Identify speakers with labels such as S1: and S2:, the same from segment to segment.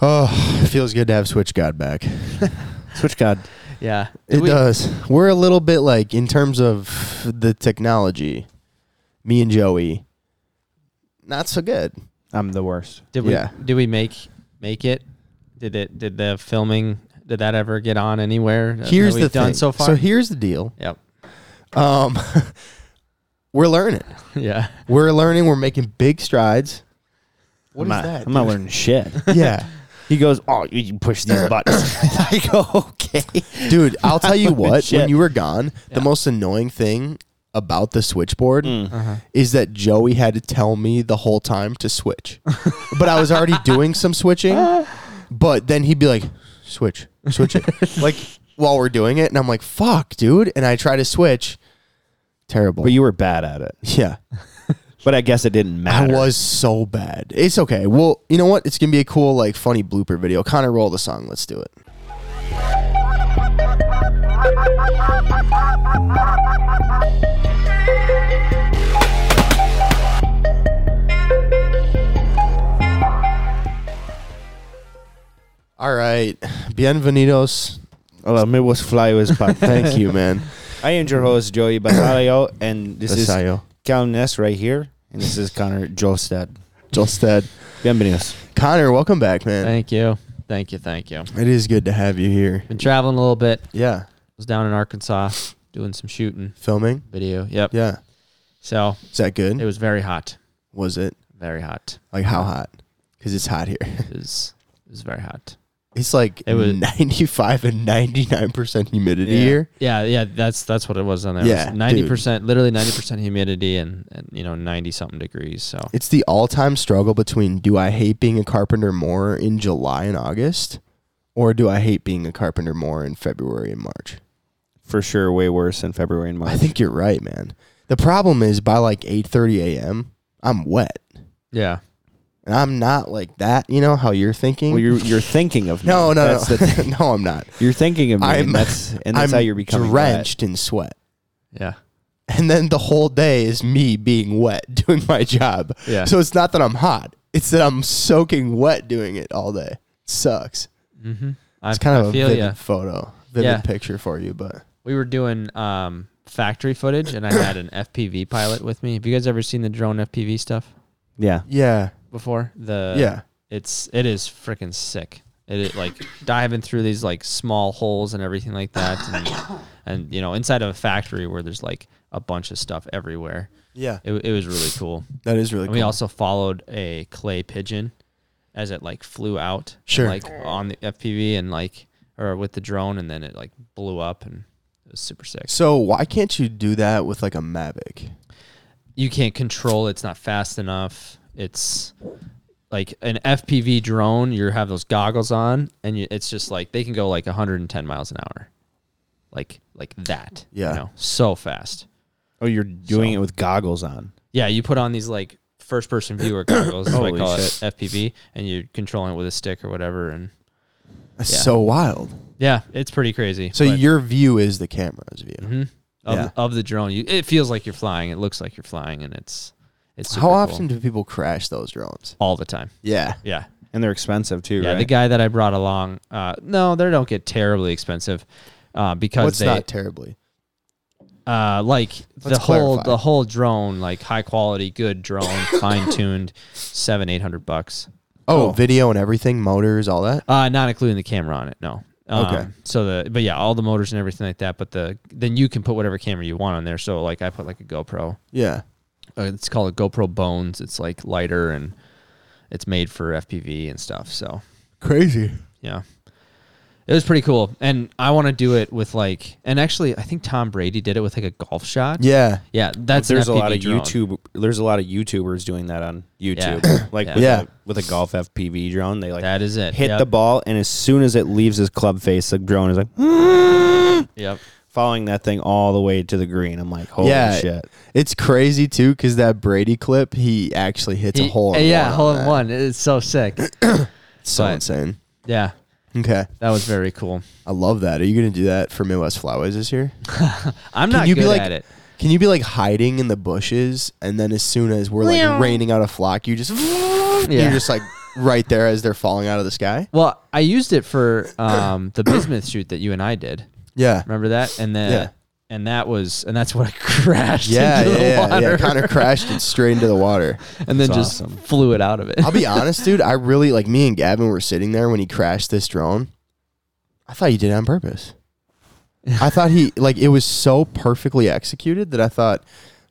S1: Oh, it feels good to have Switch God back.
S2: Switch God.
S3: Yeah.
S1: it does. We're a little bit like in terms of the technology. Me and Joey, not so good.
S2: I'm the worst.
S3: Did we
S1: Yeah.
S3: did we make make it? Did it did the filming did that ever get on anywhere? that
S1: Here's
S3: we've
S1: the
S3: done
S1: thing.
S3: so far.
S1: So here's the deal.
S3: yep.
S1: Um, we're learning.
S3: Yeah.
S1: We're learning. We're making big strides. What
S2: I'm
S1: is
S2: not, I'm not learning shit.
S1: yeah.
S2: He goes, oh, you can push these buttons. I go, okay.
S1: Dude, I'll tell you what,
S2: Shit.
S1: when you were gone,
S3: Yeah.
S1: the most annoying thing about the switchboard
S2: Mm.
S3: Uh-huh.
S1: is that Joey had to tell me the whole time to switch. but I was already doing some switching, but then he'd be like, switch, switch it. like while we're doing it. And I'm like, fuck, dude. And I try to switch. Terrible.
S2: But you were bad at it.
S1: yeah.
S2: But I guess it didn't matter.
S1: I was so bad. It's okay. Well, you know what? It's gonna be a cool, like, funny blooper video. Connor, roll the song. Let's do it. All right, bienvenidos.
S2: Hola, me was fly was pop.
S1: Thank you, man.
S2: I am your host, Joey Basayo, and this is
S1: Basayo.
S2: Cal Ness right here, and this is Connor Jolstad.
S1: Just that,
S2: Bienvenidos.
S1: Connor. Welcome back, man.
S3: Thank you. Thank you. Thank you.
S1: It is good to have you here.
S3: Been traveling a little bit.
S1: Yeah,
S3: Was down in Arkansas doing some shooting
S1: filming.
S3: video. Yep.
S1: Yeah, Mm-hmm.
S3: So
S1: is that good?
S3: it was very hot.
S1: was it
S3: Very hot.
S1: like how hot? Because it's hot here.
S3: It was it was very hot.
S1: It's like
S3: It was-
S1: 95 and 99% humidity
S3: yeah.
S1: here.
S3: Yeah, yeah, that's that's what it was on there.
S1: Yeah, dude.
S3: ninety percent, literally ninety percent humidity and, and you know ninety something degrees. So
S1: It's the all time struggle between do I hate being a carpenter more in July and August or do I hate being a carpenter more in February and March?
S2: For sure, way worse in February and March.
S1: I think you're right, man. The problem is by like 8:30 a.m., I'm wet.
S3: yeah,
S1: And I'm not like that, you know how you're thinking?
S2: Well, you're, you're thinking of me.
S1: no, no,
S2: That's
S1: no.
S2: the thing.
S1: no, I'm not.
S2: You're thinking of me,
S1: I'm-
S2: and that's, and
S1: I'm
S2: that's how you're becoming
S1: drenched in sweat.
S3: yeah,
S1: and then the whole day is me being wet doing my job.
S3: Yeah.
S1: So it's not that I'm hot; it's that I'm soaking wet doing it all day. sucks.
S3: mm-hmm. I,
S1: It's kind of
S3: I
S1: a
S3: feel
S1: vivid
S3: you.
S1: photo, vivid
S3: Yeah.
S1: picture for you, but
S3: We were doing um, factory footage, and I had an FPV pilot with me. Have you guys ever seen the drone FPV stuff
S2: that. Yeah.
S1: yeah,
S3: before? The
S1: yeah,
S3: it's it is freaking sick. It is like diving through these like small holes and everything like that, and, and you know inside of a factory where there's like a bunch of stuff everywhere.
S1: yeah.
S3: It, it was really cool.
S1: That is really
S3: And
S1: cool.
S3: we also followed a clay pigeon as it like flew out,
S1: Sure.
S3: like on the FPV and like or with the drone, and then it like blew up and it was super sick.
S1: so why can't you do that with like a Mavic?
S3: You can't control; it's not fast enough. It's like an FPV drone. You have those goggles on, and you, it's just like they can go like 110 miles an hour, like like that.
S1: Yeah.
S3: you know, so fast.
S2: Oh, you're doing it
S3: So-
S2: with goggles on.
S3: Yeah, you put on these like first person viewer goggles, that's what I
S2: Holy
S3: call
S2: shit.
S3: it FPV, and you're controlling it with a stick or whatever, and
S1: That's
S3: Yeah.
S1: so wild.
S3: Yeah, it's pretty crazy.
S1: So
S3: but-
S1: your view is the camera's view.
S3: Mhm. of,
S1: Yeah.
S3: of the drone, you, it feels like you're flying. It looks like you're flying, and it's it's super
S1: How
S3: cool.
S1: often do people crash those drones?
S3: all the time.
S1: Yeah,
S3: Yeah,
S2: And they're expensive, too,
S3: yeah.
S2: right?
S3: The guy that I brought along, uh, no, they don't get terribly expensive uh, because
S1: what's
S3: they
S1: not terribly?
S3: uh, like the
S1: Let's
S3: whole
S1: clarify.
S3: the whole drone, like high quality, good drone, fine tuned, seven eight hundred bucks.
S1: Oh,
S2: Oh.
S1: video and everything, motors, all that.
S3: Uh, not including the camera on it. No. Um,
S1: Okay.
S3: So the but yeah, all the motors and everything like that. But the then you can put whatever camera you want on there. So like I put like a GoPro.
S1: Yeah,
S3: uh, it's called a GoPro Bones. It's like lighter and it's made for FPV and stuff. So
S1: crazy.
S3: yeah, it was pretty cool. And I want to do it with like, and actually, I think Tom Brady did it with like a golf shot.
S1: Yeah,
S3: yeah, that's an
S2: there's a
S3: FPV
S2: lot of
S3: drone.
S2: YouTube. There's a lot of YouTubers doing that on YouTube, like
S3: Yeah.
S2: With,
S1: Yeah.
S2: A, with a golf FPV drone. They like
S3: That is it.
S2: hit
S3: Yep.
S2: the ball, and as soon as it leaves his club face, the drone is like hmm,
S3: Yep.
S2: following that thing all the way to the green. I'm like, holy
S1: Yeah.
S2: shit!
S1: It's crazy too, because that Brady clip, he actually hits a
S3: He-
S1: hole. In
S3: yeah,
S1: one on
S3: hole in
S1: that.
S3: one. It's so sick.
S1: It's so
S3: But-
S1: insane.
S3: yeah,
S1: Okay,
S3: that was very cool.
S1: I love that. Are you gonna do that for Midwest Flyways this year?
S3: I'm
S1: Can
S3: not
S1: you
S3: good
S1: be like-
S3: at it.
S1: Can you be like hiding in the bushes, and then as soon as we're like raining out a flock, you just
S3: Yeah.
S1: you're just like right there as they're falling out of the sky.
S3: Well, I used it for um, the bismuth shoot that you and I did.
S1: Yeah.
S3: Remember that? And then
S1: Yeah.
S3: and that was and that's what I crashed
S1: Yeah,
S3: into
S1: yeah,
S3: the
S1: yeah,
S3: water.
S1: yeah. Kind of crashed it straight into the water.
S3: and then
S2: That's
S3: just
S2: awesome.
S3: flew it out of it.
S1: I'll be honest, dude. I really like me and Gavin were sitting there when he crashed this drone. I thought he did it on purpose. I thought he like it was so perfectly executed that I thought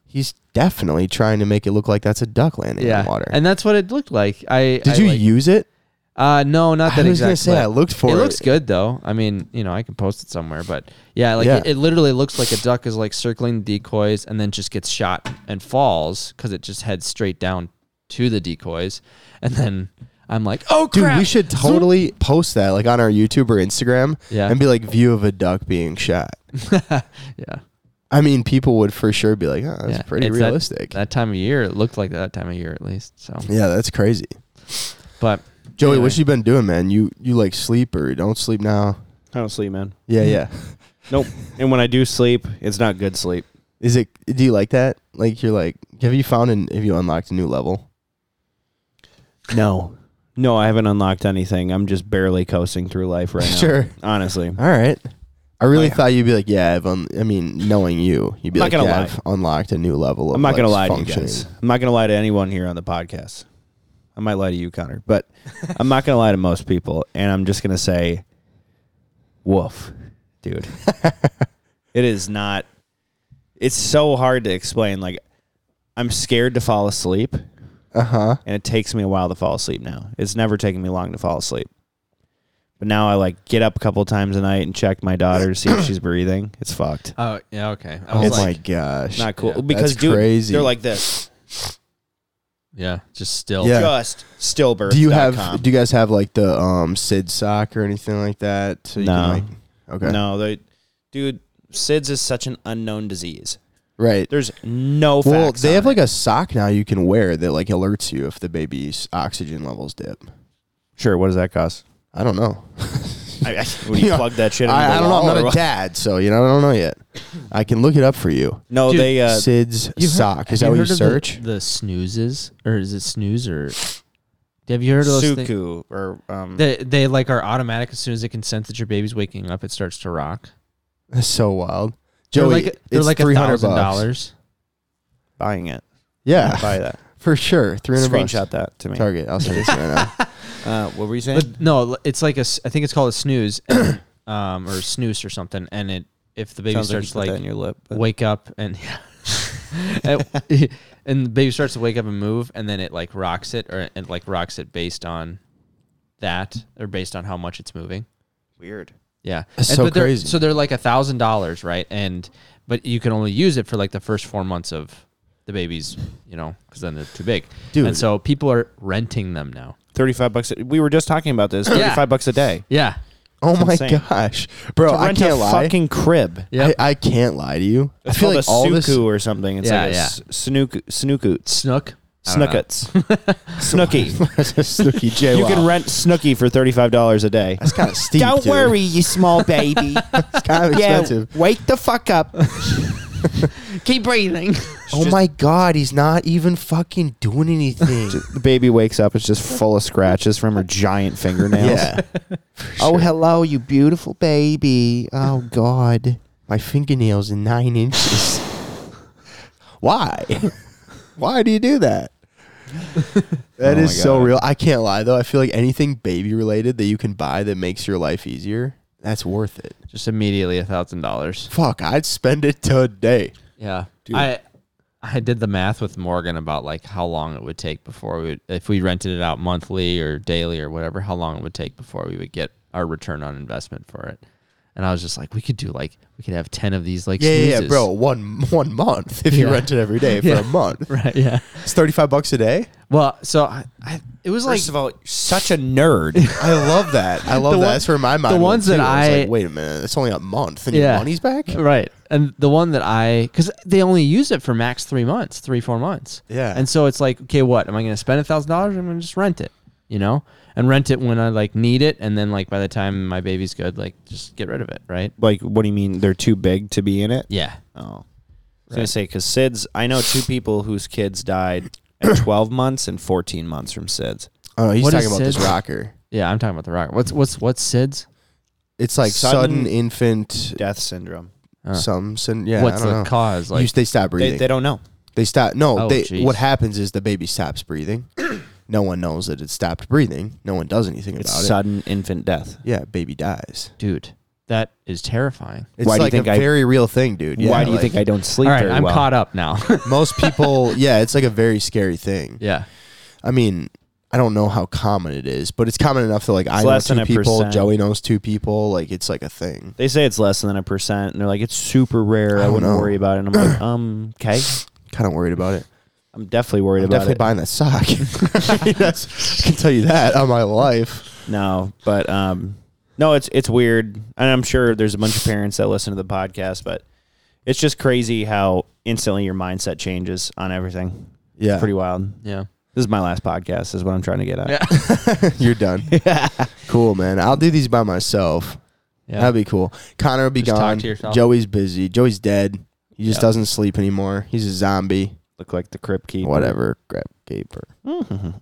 S1: he's definitely trying to make it look like that's a duck landing
S3: yeah.
S1: in water.
S3: And that's what it looked like. I
S1: did
S3: I
S1: you
S3: like-
S1: use it?
S3: Uh no, not that
S1: I was
S3: exact.
S1: gonna say
S3: clip.
S1: I looked for
S3: it
S1: it.
S3: looks good though. I mean, you know, I can post it somewhere, but yeah, like
S1: Yeah.
S3: It, it literally looks like a duck is like circling decoys and then just gets shot and falls because it just heads straight down to the decoys, and then I'm like, oh
S1: Dude,
S3: crap,
S1: we should totally post that like on our YouTube or Instagram
S3: Yeah.
S1: and be like view of a duck being shot.
S3: yeah,
S1: I mean, people would for sure be like, oh, that's
S3: yeah.
S1: pretty
S3: It's that-
S1: realistic.
S3: That, time of year, it looked like that time of year at least. So,
S1: yeah, that's crazy.
S3: but
S1: Joey,
S3: Anyway.
S1: what you been doing, man? You you like sleep or you don't sleep now?
S2: I don't sleep, man.
S1: Yeah, yeah.
S2: Nope. and when I do sleep, it's not good sleep.
S1: Is it? Do you like that? Like you're like, have you found and have you unlocked a new level?
S2: No. No, I haven't unlocked anything. I'm just barely coasting through life right now.
S1: Sure.
S2: Honestly.
S1: All right. I really
S2: yeah.
S1: thought you'd be like, yeah, I've. Un- I mean, knowing you, you'd be
S2: I'm
S1: like,
S2: not gonna
S1: yeah,
S2: lie.
S1: I've unlocked a new level. Of
S2: I'm not
S1: like,
S2: going to lie to you
S1: functioning."
S2: guys. I'm not going to lie to anyone here on the podcast. I might lie to you, Connor, but I'm not going to lie to most people. And I'm just going to say, woof, dude. it is not, it's so hard to explain. Like, I'm scared to fall asleep. Uh
S1: Uh-huh.
S2: And it takes me a while to fall asleep now. It's never taken me long to fall asleep. But now I like get up a couple times a night and check my daughter to see if she's breathing. It's fucked.
S3: oh yeah, okay. I
S1: Oh
S3: was
S2: It's
S1: my
S3: like,
S1: gosh.
S2: Not cool.
S3: Yeah, that's
S2: because dude,
S1: crazy.
S2: they're like this.
S3: yeah, just still.
S1: Yeah.
S2: Just stillbirth.
S1: do you have? Do you guys have like the um Sid sock or anything like that? So
S2: No.
S1: like, okay.
S2: No, they, dude. SIDS is such an unknown disease.
S1: Right.
S2: There's no.
S1: Well,
S2: facts
S1: they
S2: on
S1: have
S2: it.
S1: like a sock now you can wear that like alerts you if the baby's oxygen levels dip.
S2: sure. What does that cost?
S1: I don't know.
S2: I, I, when you
S1: Yeah.
S2: plug that shit. Into
S1: I,
S2: the
S1: I don't know.
S2: wall
S1: I'm
S2: or
S1: not a
S2: what?
S1: dad, so you know I don't know yet. I can look it up for you.
S2: No,
S3: Dude,
S2: they. Uh,
S1: SIDS
S3: You've heard-
S1: sock. Is
S3: have
S1: that what you
S3: heard of
S1: search?
S3: The, the snoozes, or is it snooze or? Have you heard of those things?
S2: Suku or um.
S3: They
S1: Mm-hmm.
S3: they like are automatic as soon as they can sense that your baby's waking up, it starts to rock.
S1: That's so wild.
S3: They're
S1: Joey,
S3: like they're
S1: it's
S3: like
S1: three hundred
S3: thousand
S1: dollars.
S3: dollars.
S2: buying it.
S1: Yeah,
S2: Buy that.
S1: for sure. Three hundred bucks.
S2: Screenshot that to me.
S1: Target. I'll send this right now.
S2: Uh, what were you saying?
S3: But no, it's like a s- I think it's called a snooze, and, um, or snooze or something. And it if the baby
S2: Sounds
S3: starts
S2: you put that
S3: like
S2: in your lip. but-
S3: wake up and and, and the baby starts to wake up and move, and then it like rocks it or it like rocks it based on that or based on how much it's moving.
S2: Weird.
S3: Yeah,
S1: That's
S3: And-
S1: so
S3: but they're-
S1: crazy.
S3: So they're like a thousand dollars, right? And but you can only use it for like the first four months of the baby's, you know, because then they're too big.
S1: Dude.
S3: And so people are renting them now.
S2: Thirty-five bucks. A, we were just talking about this. Thirty-five bucks a day.
S3: Yeah.
S1: Oh my
S2: insane.
S1: gosh, bro!
S2: To
S1: I
S2: rent a
S1: can't lie.
S2: fucking crib.
S3: Yep.
S1: I, I can't lie to you.
S2: It's
S1: I feel
S2: called
S1: like
S2: a
S1: all
S2: suku
S1: this.
S2: or something. It's
S3: Yeah,
S2: like a
S3: yeah.
S2: s- snook snookuts.
S3: Snook. I don't know.
S2: Snookets. Snooky.
S1: Snooki J.
S2: You can rent Snooky for $35 a day.
S1: That's kind of steep. dude.
S2: you small baby.
S1: It's kind of expensive.
S2: wake the fuck up.
S3: Keep breathing.
S1: Oh my god, he's not even fucking doing anything.
S2: The baby wakes up. It's just full of scratches from her giant fingernails.
S1: yeah.
S2: Oh, hello, you beautiful baby.
S1: Oh God, my fingernails are nine inches. Why? Why do you do that? That
S2: Oh
S1: is
S2: my
S1: so
S2: God.
S1: real. I can't lie though. I feel like anything baby related that you can buy that makes your life easier, that's worth it.
S3: Just immediately a thousand dollars.
S1: Fuck, I'd spend it today.
S3: Yeah. I I did the math with Morgan about like how long it would take before we would, if we rented it out monthly or daily or whatever, how long it would take before we would get our return on investment for it. And I was just like, we could do like we could have ten of these like
S1: Yeah, yeah, yeah,
S3: snoozes.
S1: bro. One one month if you
S3: Yeah.
S1: rent it every day for
S3: Yeah.
S1: a month.
S3: Right, yeah.
S1: It's thirty five bucks a day.
S3: Well, so I, I it was like
S2: First of all, you're such a nerd.
S1: I love that. I love that.
S3: The one-
S1: That's where my mind. went,
S3: ones that
S1: too. I was
S3: I-
S1: like, wait a minute, it's only a month, and
S3: Yeah. Uh,
S1: your money's back.
S3: right, and the one that I because they only use it for max three months, three four months.
S1: Yeah.
S3: and so it's like, okay, what am I going to spend a thousand dollars? I'm going to just rent it, you know, and rent it when I like need it, and then like by the time my baby's good, like just get rid of it, right?
S2: like, what do you mean they're too big to be in it?
S3: Yeah,
S2: Oh. I was going to say, because SIDS, I know two people whose kids died at 12 months and 14 months from SIDS.
S1: Oh no, he's
S3: What
S1: talking
S3: is
S1: about this
S3: SIDS?
S1: rocker.
S3: Yeah, I'm talking about the rocket. What's what's what's SIDS?
S1: It's like sudden,
S2: Sudden-
S1: infant
S2: Death syndrome.
S3: Uh,
S1: some sin. Yeah,
S3: what's
S1: I don't
S3: the
S1: know.
S3: cause?
S1: You-
S3: Like
S1: they stop breathing.
S2: They, they don't know.
S1: They stop. No,
S3: Oh,
S1: they,
S3: jeez.
S1: what happens is the baby stops breathing. no one knows that it stopped breathing. No one does anything
S2: It's
S1: about
S2: sudden infant death.
S1: it. Yeah, baby dies.
S3: dude, that is terrifying.
S1: It's
S2: Why do you
S1: like
S2: think
S1: a
S2: I-
S1: very real thing, dude. Yeah,
S2: Why do you
S1: like,
S2: think I don't sleep
S3: All right,
S2: very
S3: I'm
S2: well?
S3: caught up now.
S1: most people? yeah, it's like a very scary thing.
S3: yeah.
S1: I mean, I don't know how common it is, but it's common enough that like I know
S2: less than
S1: two
S2: a
S1: people,
S2: percent.
S1: Joey knows two people. Like it's like a thing.
S2: They say it's less than a percent, and they're like, it's super rare.
S1: I
S2: I,
S1: don't
S2: wouldn't
S1: know.
S2: worry about it. And I'm like, um, okay.
S1: Kind of worried about it.
S2: I'm definitely worried
S1: I'm
S2: about
S1: definitely
S2: it.
S1: buying that sock. That's, I can tell you that on my life.
S2: No, but um, no, it's it's weird, and I'm sure there's a bunch of parents that listen to the podcast, but it's just crazy how instantly your mindset changes on everything.
S1: Yeah,
S2: Pretty wild.
S3: Yeah.
S2: This is my last podcast. Is what I'm trying to get at.
S3: Yeah.
S1: You're done. Cool, man. I'll do these by myself.
S3: Yeah.
S1: That'd be cool. Connor will be
S3: Just talk
S1: gone.
S3: to yourself.
S1: Joey's busy. Joey's dead. He just
S2: Yeah.
S1: doesn't sleep anymore. He's a zombie.
S2: Look like the crypt keeper.
S1: Whatever. Grab gaper.
S3: Mm-hmm.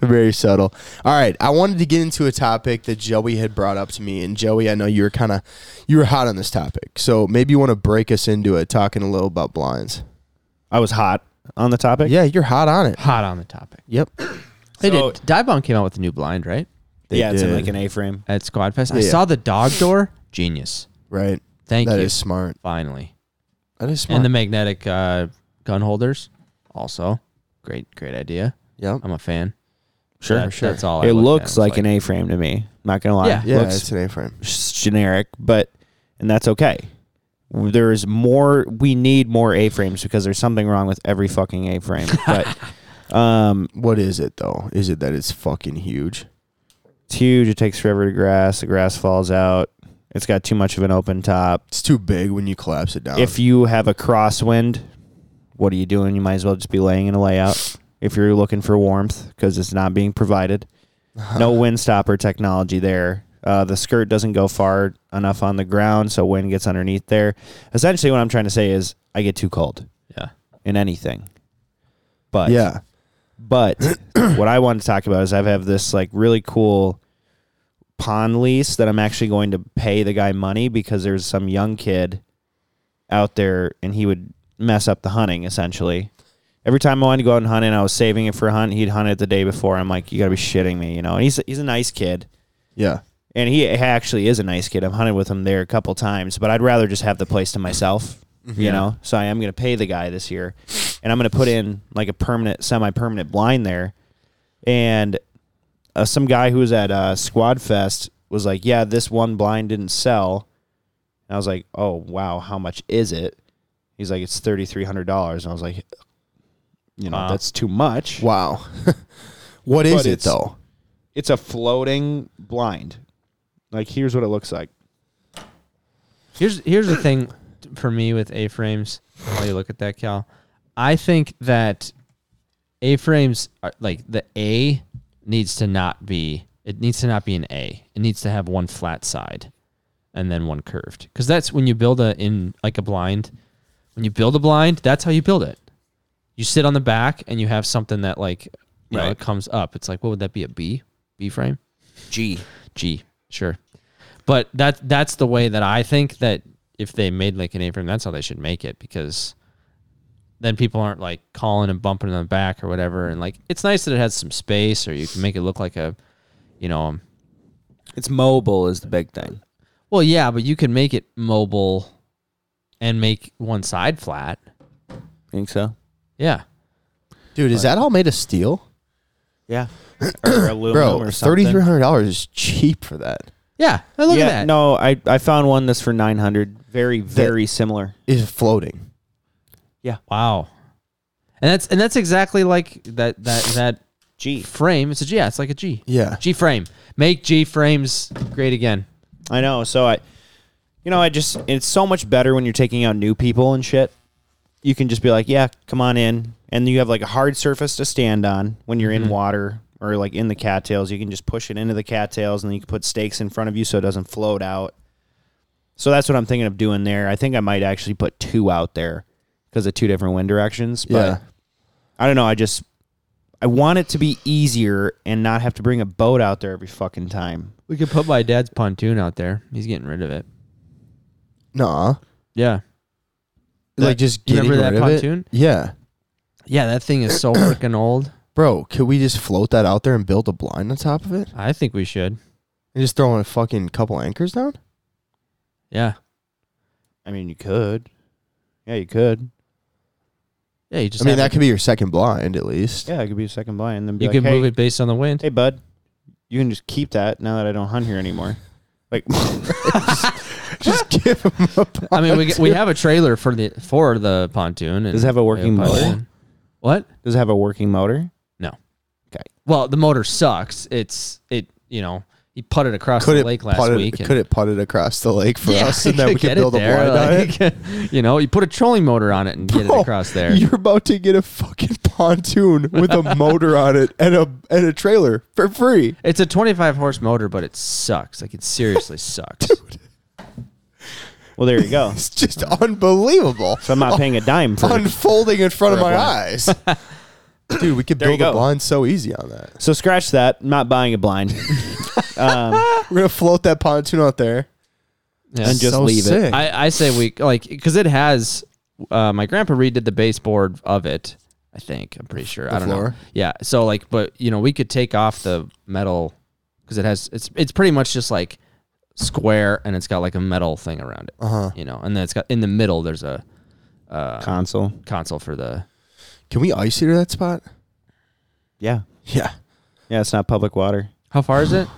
S1: Very subtle. All right. I wanted to get into a topic that Joey had brought up to me. And Joey, I know you were kind of you were hot on this topic. So maybe you want to break us into it, talking a little about blinds.
S2: I was hot on the topic.
S1: Yeah, you're hot on it.
S3: Hot on the topic.
S1: Yep.
S3: They
S2: So-
S3: did. Dive Bomb came out with a new blind, right?
S1: They
S2: yeah. It's in
S1: did.
S2: like an A-frame.
S3: At Squad Fest. I
S1: Yeah.
S3: saw the dog door. Genius.
S1: Right.
S3: Thank
S1: That
S3: you.
S1: is smart.
S3: Finally.
S1: That is smart.
S3: And the magnetic uh, gun holders. Also, great, great idea.
S1: yep.
S3: I'm a fan.
S1: Sure,
S3: That-
S1: sure.
S3: That's all. I
S2: It
S3: looked at.
S2: looks
S3: It's
S2: like, an A-frame to me. Not gonna lie.
S3: Yeah.
S1: yeah,
S2: Looks
S1: it's an A-frame.
S2: generic, but and that's okay. There is more. We need more A-frames because there's something wrong with every fucking A-frame. But um,
S1: What is it though? Is it that it's fucking huge?
S2: it's huge. It takes forever to grass. The grass falls out. It's got too much of an open top.
S1: It's too big when you collapse it down.
S2: If you have a crosswind, what are you doing? You might as well just be laying in a layout. If you're looking for warmth, because it's not being provided, no wind stopper technology there. Uh, the skirt doesn't go far enough on the ground, so wind gets underneath there. Essentially, what I'm trying to say is, I get too cold
S3: Yeah.
S2: in anything. But
S1: yeah,
S2: but what I want to talk about is I have this like really cool pond lease that I'm actually going to pay the guy money because there's some young kid out there and he would mess up the hunting essentially. Every time I wanted to go out and hunt and I was saving it for a hunt, he'd hunt it the day before. I'm like, you gotta be shitting me, you know. And he's he's a nice kid.
S1: yeah.
S2: And he actually is a nice kid. I've hunted with him there a couple times, but I'd rather just have the place to myself, you
S3: Yeah.
S2: know? So I am going to pay the guy this year. And I'm going to put in like a permanent, semi permanent blind there. And uh, some guy who was at uh, Squad Fest was like, Yeah, this one blind didn't sell. And I was like, Oh, wow, how much is it? He's like, It's $3,300. And I was like, You know,
S3: Wow.
S2: that's too much.
S1: Wow. what is
S2: But
S1: it
S2: it's-
S1: though?
S2: It's a floating blind. Like, here's what it looks like.
S3: Here's here's the thing for me with A frames. While you look at that, Cal, I think that A frames are like the A needs to not be. It needs to not be an A. It needs to have one flat side, and then one curved. Because that's when you build a in like a blind. When you build a blind, that's how you build it. You sit on the back and you have something that like you know
S2: Right.
S3: it comes up. It's like what would that be a B B frame?
S2: G.
S3: Gee, sure. But that that's the way that I think that if they made like an apron, that's how they should make it because then people aren't like calling and bumping in the back or whatever. And like it's nice that it has some space or you can make it look like a, you know, um,
S2: It's mobile is the big thing.
S3: well, yeah, but you can make it mobile and make one side flat.
S2: Think so?
S3: Yeah.
S1: Dude, is that all made of steel?
S2: Yeah. or aluminum
S1: Bro,
S2: or
S1: thirty
S2: something.
S1: three hundred dollars is cheap for that.
S3: Yeah. Now look
S2: yeah,
S3: at that.
S2: No, I, I found one that's for 900. Very, very similar.
S1: It's floating.
S3: Wow. And that's and that's exactly like that that that
S2: G.
S3: frame. It's a G. Yeah, it's like a G.
S1: Yeah.
S3: G frame. Make G frames great again.
S2: I know. So I, you know, I just, it's so much better when you're taking out new people and shit. You can just be like, yeah, come on in. And you have like a hard surface to stand on when you're in water or like in the cattails. You can just push it into the cattails and then you can put stakes in front of you so it doesn't float out. So that's what I'm thinking of doing there. I think I might actually put two out there because of two different wind directions. But
S1: Yeah.
S2: I don't know. I just I want it to be easier and not have to bring a boat out there every fucking time.
S3: We could put my dad's pontoon out there. He's getting rid of it.
S1: Nah.
S3: Yeah.
S1: like just
S3: you
S1: getting
S3: remember
S1: rid
S3: that
S1: of it?
S3: pontoon?
S1: Yeah,
S3: Yeah, that thing is so freaking old.
S1: bro. Could we just float that out there and build a blind on top of it
S3: I think we should.
S1: and just throw in a fucking couple anchors down?
S3: Yeah.
S2: I mean, you could. Yeah, you could.
S3: Yeah, you just
S1: I mean,
S3: have
S1: that could be your second blind at least.
S2: Yeah, it could be a second blind. And then be
S3: you
S2: like,
S3: can
S2: hey,
S3: move it based on the wind.
S2: Hey, bud, you can just keep that now that I don't hunt here anymore. Like,
S1: Just give him a blind.
S3: I mean, we, we have a trailer for the for the pontoon. And
S2: Does it have a working
S3: pontoon.
S2: motor?
S3: What?
S2: does it have a working motor?
S3: Well, the motor sucks. It's it. You know, he putted across
S1: Could
S3: the
S1: it
S3: lake
S1: putt
S3: last
S1: it,
S3: week. and-
S1: Could it put it across the lake for
S3: Yeah,
S1: us, and then we
S3: get
S1: could
S3: it
S1: build a
S3: there,
S1: blind on it?
S3: like, You know, you put a trolling motor on it and get
S1: Bro,
S3: it across there.
S1: You're about to get a fucking pontoon with a motor on it and a and a trailer for free.
S3: It's a 25 horse motor, but it sucks. Like it seriously sucks.
S2: Well, there you go.
S1: It's just unbelievable.
S2: So I'm not paying a dime for it.
S1: Unfolding in front of
S2: For a
S1: my
S2: blind.
S1: eyes. Dude, we could
S2: There you
S1: build a
S2: go.
S1: blind so easy on that.
S2: So scratch that. Not buying a blind. Um,
S1: We're gonna float that pontoon out there.
S3: Yeah.
S2: And just
S1: so
S2: leave it.
S1: sick.
S3: I, I say we like because it has. Uh, my grandpa redid the baseboard of it. I think I'm pretty sure. I don't know.
S1: floor?
S3: Yeah. So like, but you know, we could take off the metal because it has. It's it's pretty much just like square, and it's got like a metal thing around it.
S1: Uh-huh.
S3: You know, and then it's got in the middle. There's a uh,
S2: Console.
S3: console for the.
S1: Can we ice eater that spot?
S2: Yeah.
S1: Yeah.
S2: Yeah, it's not public water.
S3: How far is it?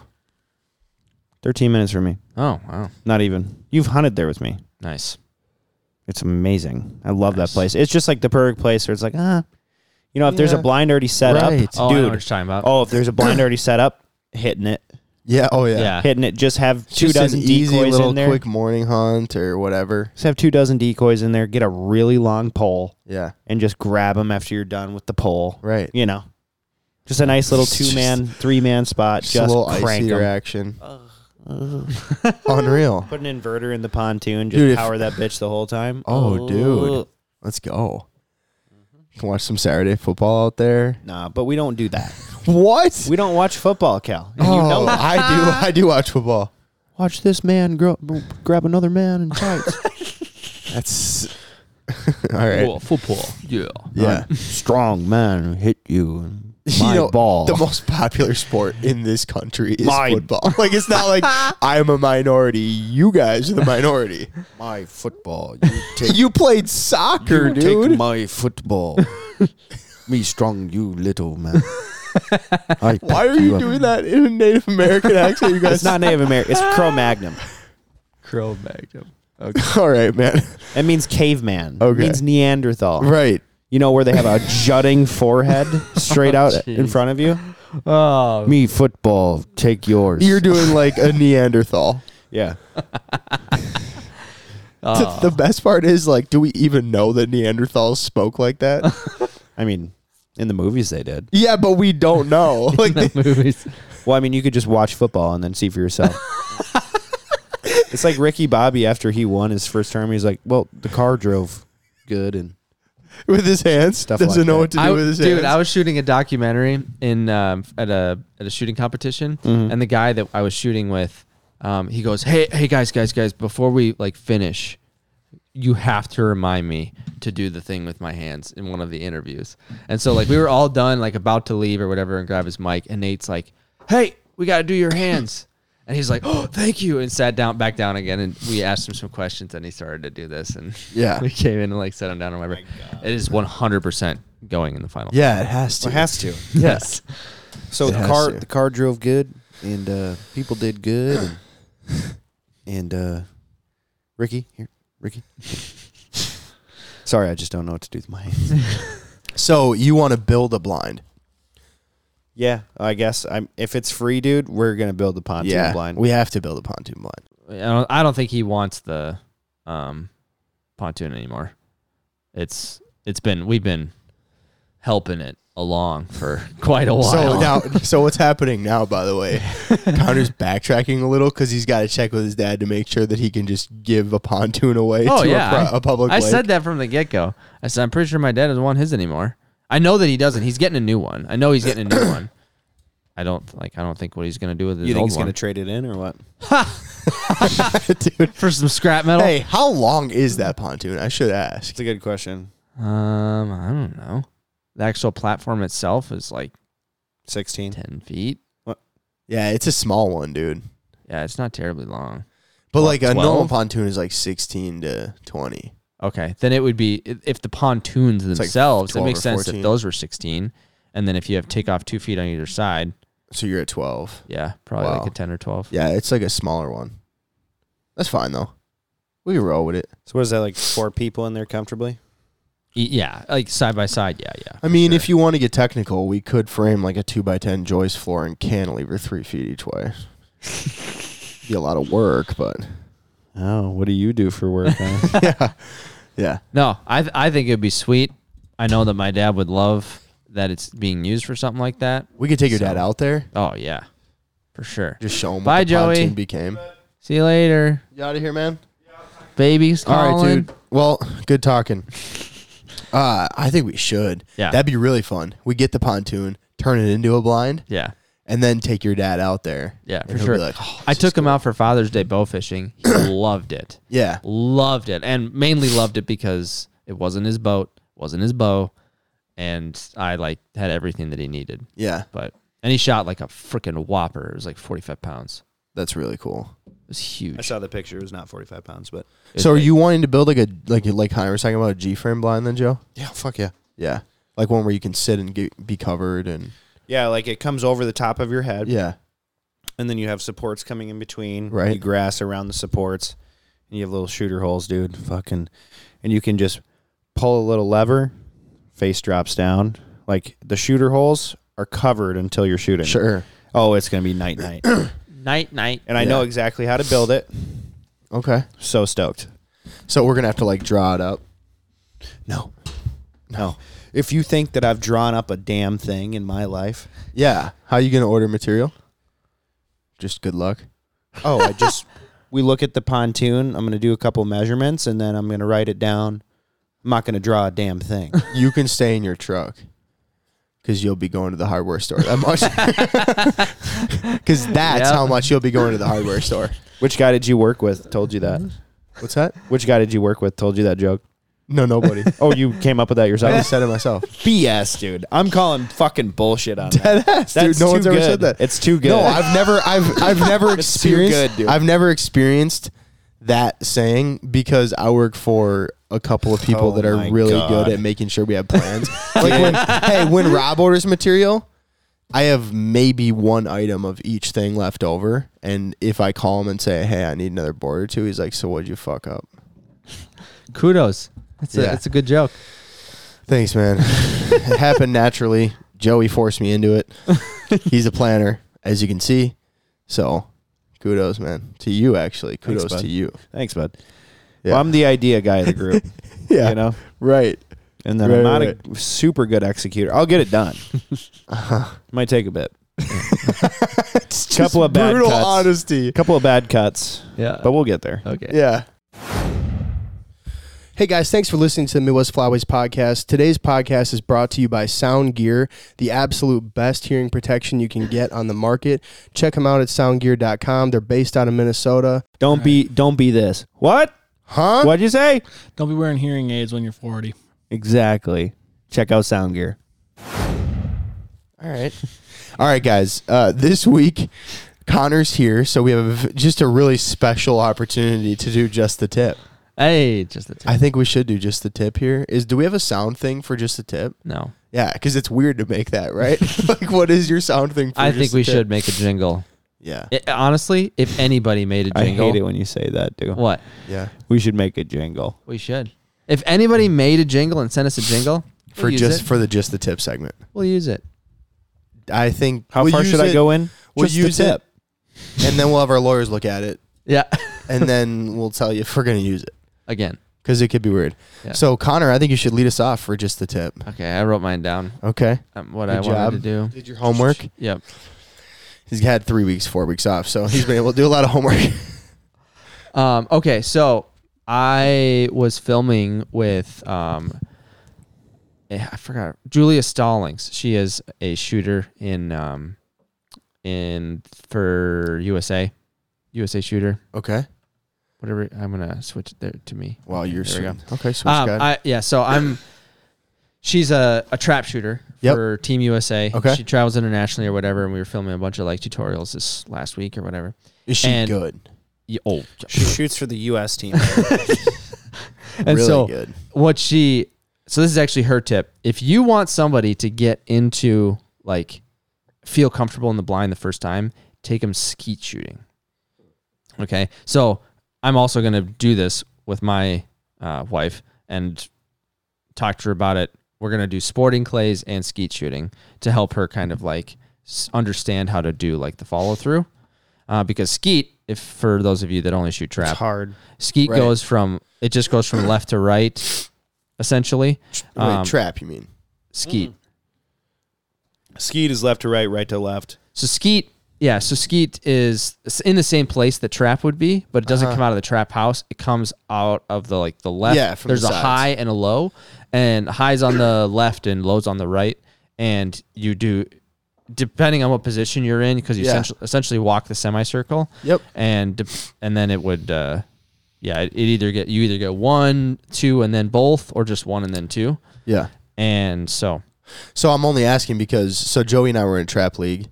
S2: 13 minutes for me.
S3: Oh wow,
S2: Not even. You've hunted there with me.
S3: nice.
S2: It's amazing. I love
S3: Nice.
S2: that place. It's just like the perfect place where it's like, ah, you know, if there's a
S1: Yeah.
S2: blind already set
S1: Right.
S2: up,
S3: Oh, I know what you're
S2: dude.
S3: talking about.
S2: Oh, if there's a blind already set up, hitting it,
S1: Yeah. Oh yeah.
S3: yeah.
S2: hitting it. Just have two
S1: Just
S2: dozen
S1: an easy
S2: decoys
S1: little
S2: in there.
S1: quick morning hunt or whatever.
S2: Just have two dozen decoys in there. Get a really long pole
S1: Yeah.
S2: and just grab them after you're done with the pole.
S1: Right.
S2: You know, just a nice little
S1: It's just-
S2: two man, three man spot.
S1: Just,
S2: Just,
S1: a little ice
S2: crank
S1: eater
S2: 'em.
S1: action. Unreal.
S2: Put an inverter in the pontoon. Just
S1: Dude, if-
S2: power that bitch the whole time.
S1: Oh, dude. Let's go. You can watch some Saturday football out there.
S2: Nah, but we don't do that.
S1: What?
S2: We don't watch football, Cal. And
S1: oh,
S2: you know that.
S1: I do. I do watch football.
S2: Watch this man grow, grab another man and fight.
S1: That's all right.
S3: Cool, football. Yeah.
S1: Yeah.
S2: Strong man hit you.
S1: You
S2: My
S1: know,
S2: ball.
S1: The most popular sport in this country is
S2: My-
S1: football. Like it's not like I'm a minority. You guys are the minority.
S4: my football. You take,
S1: you played soccer,
S4: you
S1: dude.
S4: take my football. Me strong, you little man. I
S1: Why are you doing that in a Native American accent? You guys.
S2: it's not Native American. It's Cro Magnum.
S3: Crow Magnum.
S1: all right, man.
S2: It means caveman.
S1: Okay.
S2: It means Neanderthal.
S1: Right.
S2: You know where they have a jutting forehead straight out in
S3: jeez.
S2: front of you?
S3: Oh,
S4: Me football, take yours.
S1: You're doing like a Neanderthal.
S2: Yeah.
S3: oh.
S1: The best part is like, do we even know that Neanderthals spoke like that?
S2: I mean, in the movies they did.
S1: yeah, but we don't know. Like,
S3: the movies.
S2: Well, I mean, you could just watch football and then see for yourself. it's like Ricky Bobby after he won his first term. He's like, well, the car drove good and
S1: with his hands,
S2: Stuff
S1: doesn't
S2: like
S1: know
S2: that.
S1: what to do
S3: I-
S1: with his
S3: dude,
S1: hands.
S3: I was shooting a documentary in um, at a at a shooting competition,
S1: Mm-hmm.
S3: and the guy that I was shooting with, um, he goes, "Hey, hey, guys, guys, guys! Before we like finish, you have to remind me to do the thing with my hands in one of the interviews." And so, like, we were all done, like about to leave or whatever, and grab his mic, and Nate's like, "Hey, we got to do your hands." And he's like, "Oh, thank you," and sat down back down again. And we asked him some questions, and he started to do this. And
S1: Yeah.
S3: we came in and like set him down or whatever. it is one hundred percent going in the final.
S1: yeah, it has to.
S2: It has to.
S1: Yes.
S4: So the
S1: has
S4: car,
S1: to.
S4: the car drove good, and uh, people did good, and, and uh, Ricky here, Ricky. Sorry, I just don't know what to do with my hands.
S1: So you want to build a blind?
S2: Yeah, I guess I'm. If it's free, dude, we're gonna build the pontoon blind.
S1: We have to build a pontoon blind.
S3: I don't, I don't think he wants the um, pontoon anymore. It's it's been we've been helping it along for quite a while.
S1: So now, so what's happening now? By the way, Connor's backtracking a little because he's got to check with his dad to make sure that he can just give a pontoon away
S3: oh
S1: to
S3: yeah,
S1: a, pri- a public.
S3: I
S1: lake.
S3: said that from the get go. I said I'm pretty sure my dad doesn't want his anymore. I know that he doesn't. He's getting a new one. I know he's getting a new one. I don't like. I don't think what he's gonna do with his
S2: You think
S3: old
S2: he's
S3: one
S2: gonna trade it in or what?
S1: Dude.
S3: for some scrap metal.
S1: Hey, how long is that pontoon? I should ask.
S2: It's a good question.
S3: Um, I don't know. The actual platform itself is like
S2: Sixteen.
S3: ten feet.
S1: Yeah, it's a small one, dude.
S3: Yeah, it's not terribly long.
S1: But like a
S2: 12?
S1: normal pontoon is like 16 to 20.
S3: Okay, then it would be i- if the pontoons
S1: like
S3: themselves. it
S1: 12
S3: makes
S1: or
S3: sense if
S1: 14.
S3: those were sixteen, and then if you have takeoff two feet on either side,
S1: So you're at 12.
S3: yeah, probably
S1: Wow.
S3: like a ten or twelve.
S1: Yeah, it's like a smaller one. That's fine though. We can roll with it.
S2: So what is that like four people in there comfortably?
S3: Y- Yeah, like side by side. Yeah, yeah.
S1: I mean, if you want to get technical, we could frame like a 2x10 joist floor and cantilever three feet each way. be a lot of work, but
S2: Oh, what do you do for work? huh?
S1: yeah. Yeah.
S3: No, I th- I think it'd be sweet. I know that my dad would love that it's being used for something like that.
S1: We could take your
S3: So-
S1: dad out there,
S3: Oh yeah, for sure.
S1: just show him what
S3: Bye,
S1: the
S3: Joey.
S1: pontoon became.
S3: See you later,
S1: You out of here, man?
S3: babies. Calling.
S1: All right, dude. Well, good talking. Uh, I think we should.
S3: Yeah.
S1: That'd be really fun. We get the pontoon, turn it into a blind,
S3: Yeah,
S1: and then take your dad out there.
S3: Yeah,
S1: And
S3: for
S1: he'll
S3: sure.
S1: Be like, "Oh,
S3: I
S1: this is
S3: took him out for Father's Day bow fishing. He loved it.
S1: Yeah.
S3: loved it and mainly loved it because it wasn't his boat wasn't his bow and i like had everything that he needed
S1: Yeah.
S3: but and he shot like a freaking whopper it was like 45 pounds
S1: That's really cool.
S3: it was huge
S2: I saw the picture. It was not forty-five pounds, but
S3: It's
S1: so, are
S3: like-
S1: you wanting to build like a like like Connor was talking about a G frame blind then, Joe?
S4: Yeah, fuck yeah.
S1: Yeah, like one where you can sit and get, be covered and
S2: yeah, like it comes over the top of your head,
S1: yeah,
S2: and then you have supports coming in between.
S1: Right.
S2: You grass around the supports, and you have little shooter holes, dude. Fucking, and you can just pull a little lever. Face drops down. Like the shooter holes are covered until you're shooting.
S1: sure.
S2: Oh, it's gonna be night night,
S3: night night
S2: and I know
S1: Yeah.
S2: exactly how to build it.
S1: Okay,
S2: So stoked.
S1: so we're gonna have to like draw it up.
S2: No. No. If you think that I've drawn up a damn thing in my life,
S1: Yeah, how you gonna order material? Just good luck.
S2: oh, I just we look at the pontoon, I'm going to do a couple measurements and then I'm going to write it down. I'm not going to draw a damn thing.
S1: You can stay in your truck because you'll be going to the hardware store that much. Because that's
S3: Yep.
S1: how much you'll be going to the hardware store.
S2: Which guy did you work with told you that?
S1: What's that?
S2: Which guy did you work with told you that joke?
S1: No, nobody.
S2: Oh, you came up with that
S1: I
S2: yourself?
S1: just said it myself.
S2: BS, dude. I'm calling fucking bullshit on that.
S1: That's,
S2: That's
S1: dude, no
S2: too
S1: one's ever
S2: good.
S1: said that.
S2: It's too good.
S1: No, I've never, I've, I've never
S2: It's too
S1: experienced.
S2: good, dude.
S1: I've never experienced that saying because I work for a couple of people
S2: Oh
S1: that are
S2: my
S1: really
S2: God.
S1: good at making sure we have plans. like when, hey, when Rob orders material, I have maybe one item of each thing left over, and if I call him and say, "Hey, I need another board or two, he's like, "So what'd you fuck up?"
S3: kudos that's a
S1: Yeah.
S3: that's a good joke
S1: Thanks, man. it happened naturally. Joey forced me into it. He's a planner, as you can see. So, kudos, man, to you. Actually,
S2: Thanks,
S1: kudos
S2: bud.
S1: to you.
S2: Thanks, bud.
S1: Yeah.
S2: Well, I'm the idea guy of the group,
S1: Yeah,
S2: you know?
S1: right.
S2: And then
S1: Right,
S2: I'm not
S1: right,
S2: a super good executor. I'll get it done. Might take a bit.
S1: It's
S2: Couple of bad
S1: brutal
S2: cuts.
S1: honesty.
S2: couple of bad cuts,
S3: yeah
S2: but we'll get there.
S3: okay
S1: Yeah. Hey guys, thanks for listening to the Midwest Flyways podcast. Today's podcast is brought to you by Sound Gear, the absolute best hearing protection you can get on the market. Check them out at soundgear.com. They're based out of Minnesota.
S2: Don't be don't be this. What?
S1: Huh?
S2: What'd you say?
S5: Don't be wearing hearing aids when you're 40.
S2: Exactly. Check out Sound Gear.
S1: All right. All right, guys. Uh, this week, Connor's here, so we have just a really special opportunity to do just the tip.
S3: hey just the tip.
S1: I think we should do just the tip here. Is do we have a sound thing for just the tip?
S3: no
S1: Yeah, because it's weird to make that, right? like, what is your sound thing? for
S3: i
S1: just
S3: think
S1: the
S3: we
S1: tip?
S3: should make a jingle
S1: Yeah,
S3: I honestly if anybody made a
S2: I
S3: jingle
S2: hate it when you say that, dude.
S3: what
S1: yeah.
S2: We should make a jingle.
S3: we should if anybody made a jingle and sent us a jingle we'll
S1: For
S3: use
S1: just
S3: it.
S1: for the just the tip segment,
S3: we'll use it
S1: I think.
S2: How
S1: we'll
S2: far
S1: use
S2: should I
S1: it-
S2: go in?
S1: We'll
S2: Just the
S1: use
S2: tip.
S1: it, and then we'll have our lawyers look at it,
S3: yeah
S1: and then we'll tell you if we're gonna use it
S3: again
S1: because it could be weird.
S3: Yeah.
S1: So, Connor, I think you should lead us off for just the tip.
S3: okay i wrote mine down
S1: Okay.
S3: um, what
S1: Good
S3: i
S1: job.
S3: wanted to do
S1: Did your homework?
S3: Yep.
S1: He's had three weeks, four weeks off, so he's been able to do a lot of homework.
S3: Um, okay, so I was filming with um, eh, I forgot Julia Stallings. She is a shooter in um in for USA, USA shooter.
S1: Okay.
S3: Whatever. I'm gonna switch it there to me.
S1: Wow, you're
S3: There we go.
S1: shooting. Okay, switch
S3: Um,
S1: guy.
S3: I, yeah, so I'm. She's a, a trap shooter
S1: Yep.
S3: for Team USA.
S1: Okay.
S3: She travels internationally or whatever, and we were filming a bunch of like tutorials this last week or whatever.
S1: Is she
S3: and-
S1: good?
S3: Yeah, oh,
S2: She shoots for the U.S. team.
S3: and
S1: really
S3: so
S1: good.
S3: what she so this is actually her tip if you want somebody to get into like feel comfortable in the blind the first time take them skeet shooting okay so i'm also going to do this with my uh, wife and talk to her about it we're going to do sporting clays and skeet shooting to help her kind of like s- understand how to do like the follow through uh, because skeet if for those of you that only shoot trap
S2: It's hard.
S3: Skeet
S1: Right.
S3: goes from it just goes from left to right, essentially.
S1: Wait,
S3: Um,
S1: trap, you mean?
S3: Skeet.
S2: Mm. Skeet is left to right, right to left.
S3: So skeet, yeah. So skeet is s- in the same place the trap would be, but it doesn't
S2: Uh-huh.
S3: come out of the trap house. It comes out of the like the left.
S1: Yeah, from the
S3: There's a
S1: sides.
S3: high and a low, and highs on the left and lows on the right, and you do depending on what position you're in because you
S1: Yeah.
S3: essentially, essentially walk the semicircle.
S1: Yep.
S3: And dep- and then it would. Uh, yeah, it, it either get you either get one, two, and then both, or just one and then two.
S1: Yeah.
S3: And so
S1: So I'm only asking because so Joey and I were in trap league.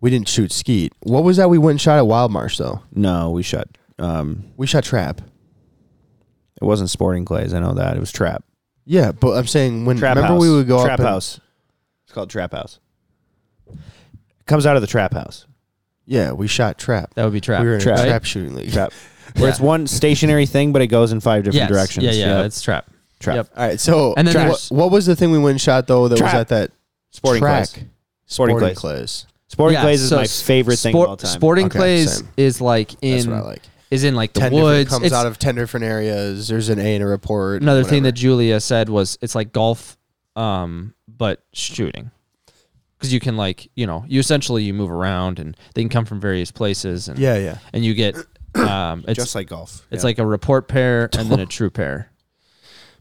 S1: We didn't shoot skeet. What was that we went and shot at Wild Marsh though?
S2: No, we shot. Um,
S1: We shot trap.
S2: it wasn't sporting clays. I know that. It was trap.
S1: Yeah, but I'm saying when
S2: Trap
S1: remember
S2: house.
S1: we would go
S2: trap
S1: up and-
S2: house. It's called trap house. It comes out of the trap house.
S1: yeah, we shot trap.
S3: that would be trap.
S1: we were in
S2: Trap.
S1: a
S3: right?
S1: trap shooting league.
S2: Trap. Where it's one stationary thing, but it goes in five different
S3: Yes.
S2: directions.
S3: Yeah, yeah,
S2: Yep.
S3: it's trap.
S2: trap.
S3: Yep.
S1: All right, so
S3: And then
S1: Trap.
S3: there's-
S1: what, what was the thing we went and shot though that
S2: Trap.
S1: was at that
S2: Sporting
S1: track?
S2: clays. Sporting, clays.
S1: clays.
S2: Sporting
S3: Yeah,
S2: clays is
S3: so
S2: my
S3: s-
S2: favorite thing
S3: Sport-
S2: of all time.
S3: Sporting
S1: Okay,
S3: clays
S1: same.
S3: is like in
S1: That's what I like.
S3: is in like the
S1: Ten different-
S3: woods.
S1: comes
S3: It's-
S1: out of ten different areas. There's an A and a report.
S3: another thing that
S1: whatever.
S3: Julia said was it's like golf, um, but shooting. Because you can like you know you essentially you move around and they can come from various places and
S1: yeah, yeah.
S3: and you get um it's
S2: Just like golf.
S3: it's like a report pair and then a true pair.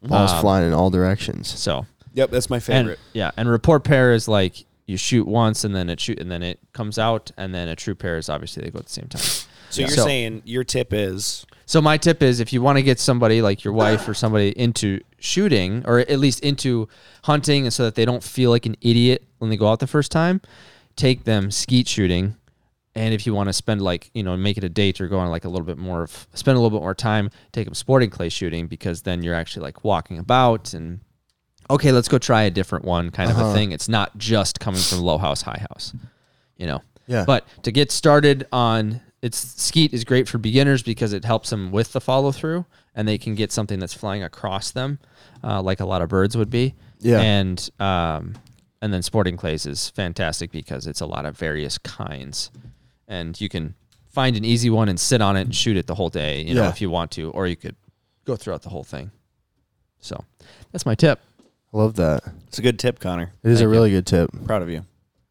S1: Balls
S3: Um,
S1: flying in all directions.
S3: So
S2: Yep, that's my
S3: and yeah, and report pair is like you shoot once and then it shoot and then it comes out and then a true pair is obviously they go at the same time.
S2: so
S3: yeah.
S2: you're
S3: So-
S2: saying your tip is
S3: So my tip is if you want to get somebody like your wife or somebody into shooting or at least into hunting and so that they don't feel like an idiot when they go out the first time, take them skeet shooting. And if you want to spend like, you know, make it a date or go on like a little bit more of spend a little bit more time, take them sporting clay shooting because then you're actually like walking about and okay, let's go try a different one kind of a thing. It's not just coming from low house, high house, you know.
S1: Yeah.
S3: But to get started on it's skeet is great for beginners because it helps them with the follow through and they can get something that's flying across them, uh, like a lot of birds would be.
S1: Yeah.
S3: And um, and then sporting clays is fantastic because it's a lot of various kinds, and you can find an easy one and sit on it and shoot it the whole day, you know,
S1: Yeah.
S3: if you want to, or you could go throughout the whole thing. So that's my tip.
S1: I love that.
S2: it's a good tip, Connor.
S1: It is a
S3: Thank you.
S1: really good tip.
S2: Proud of you.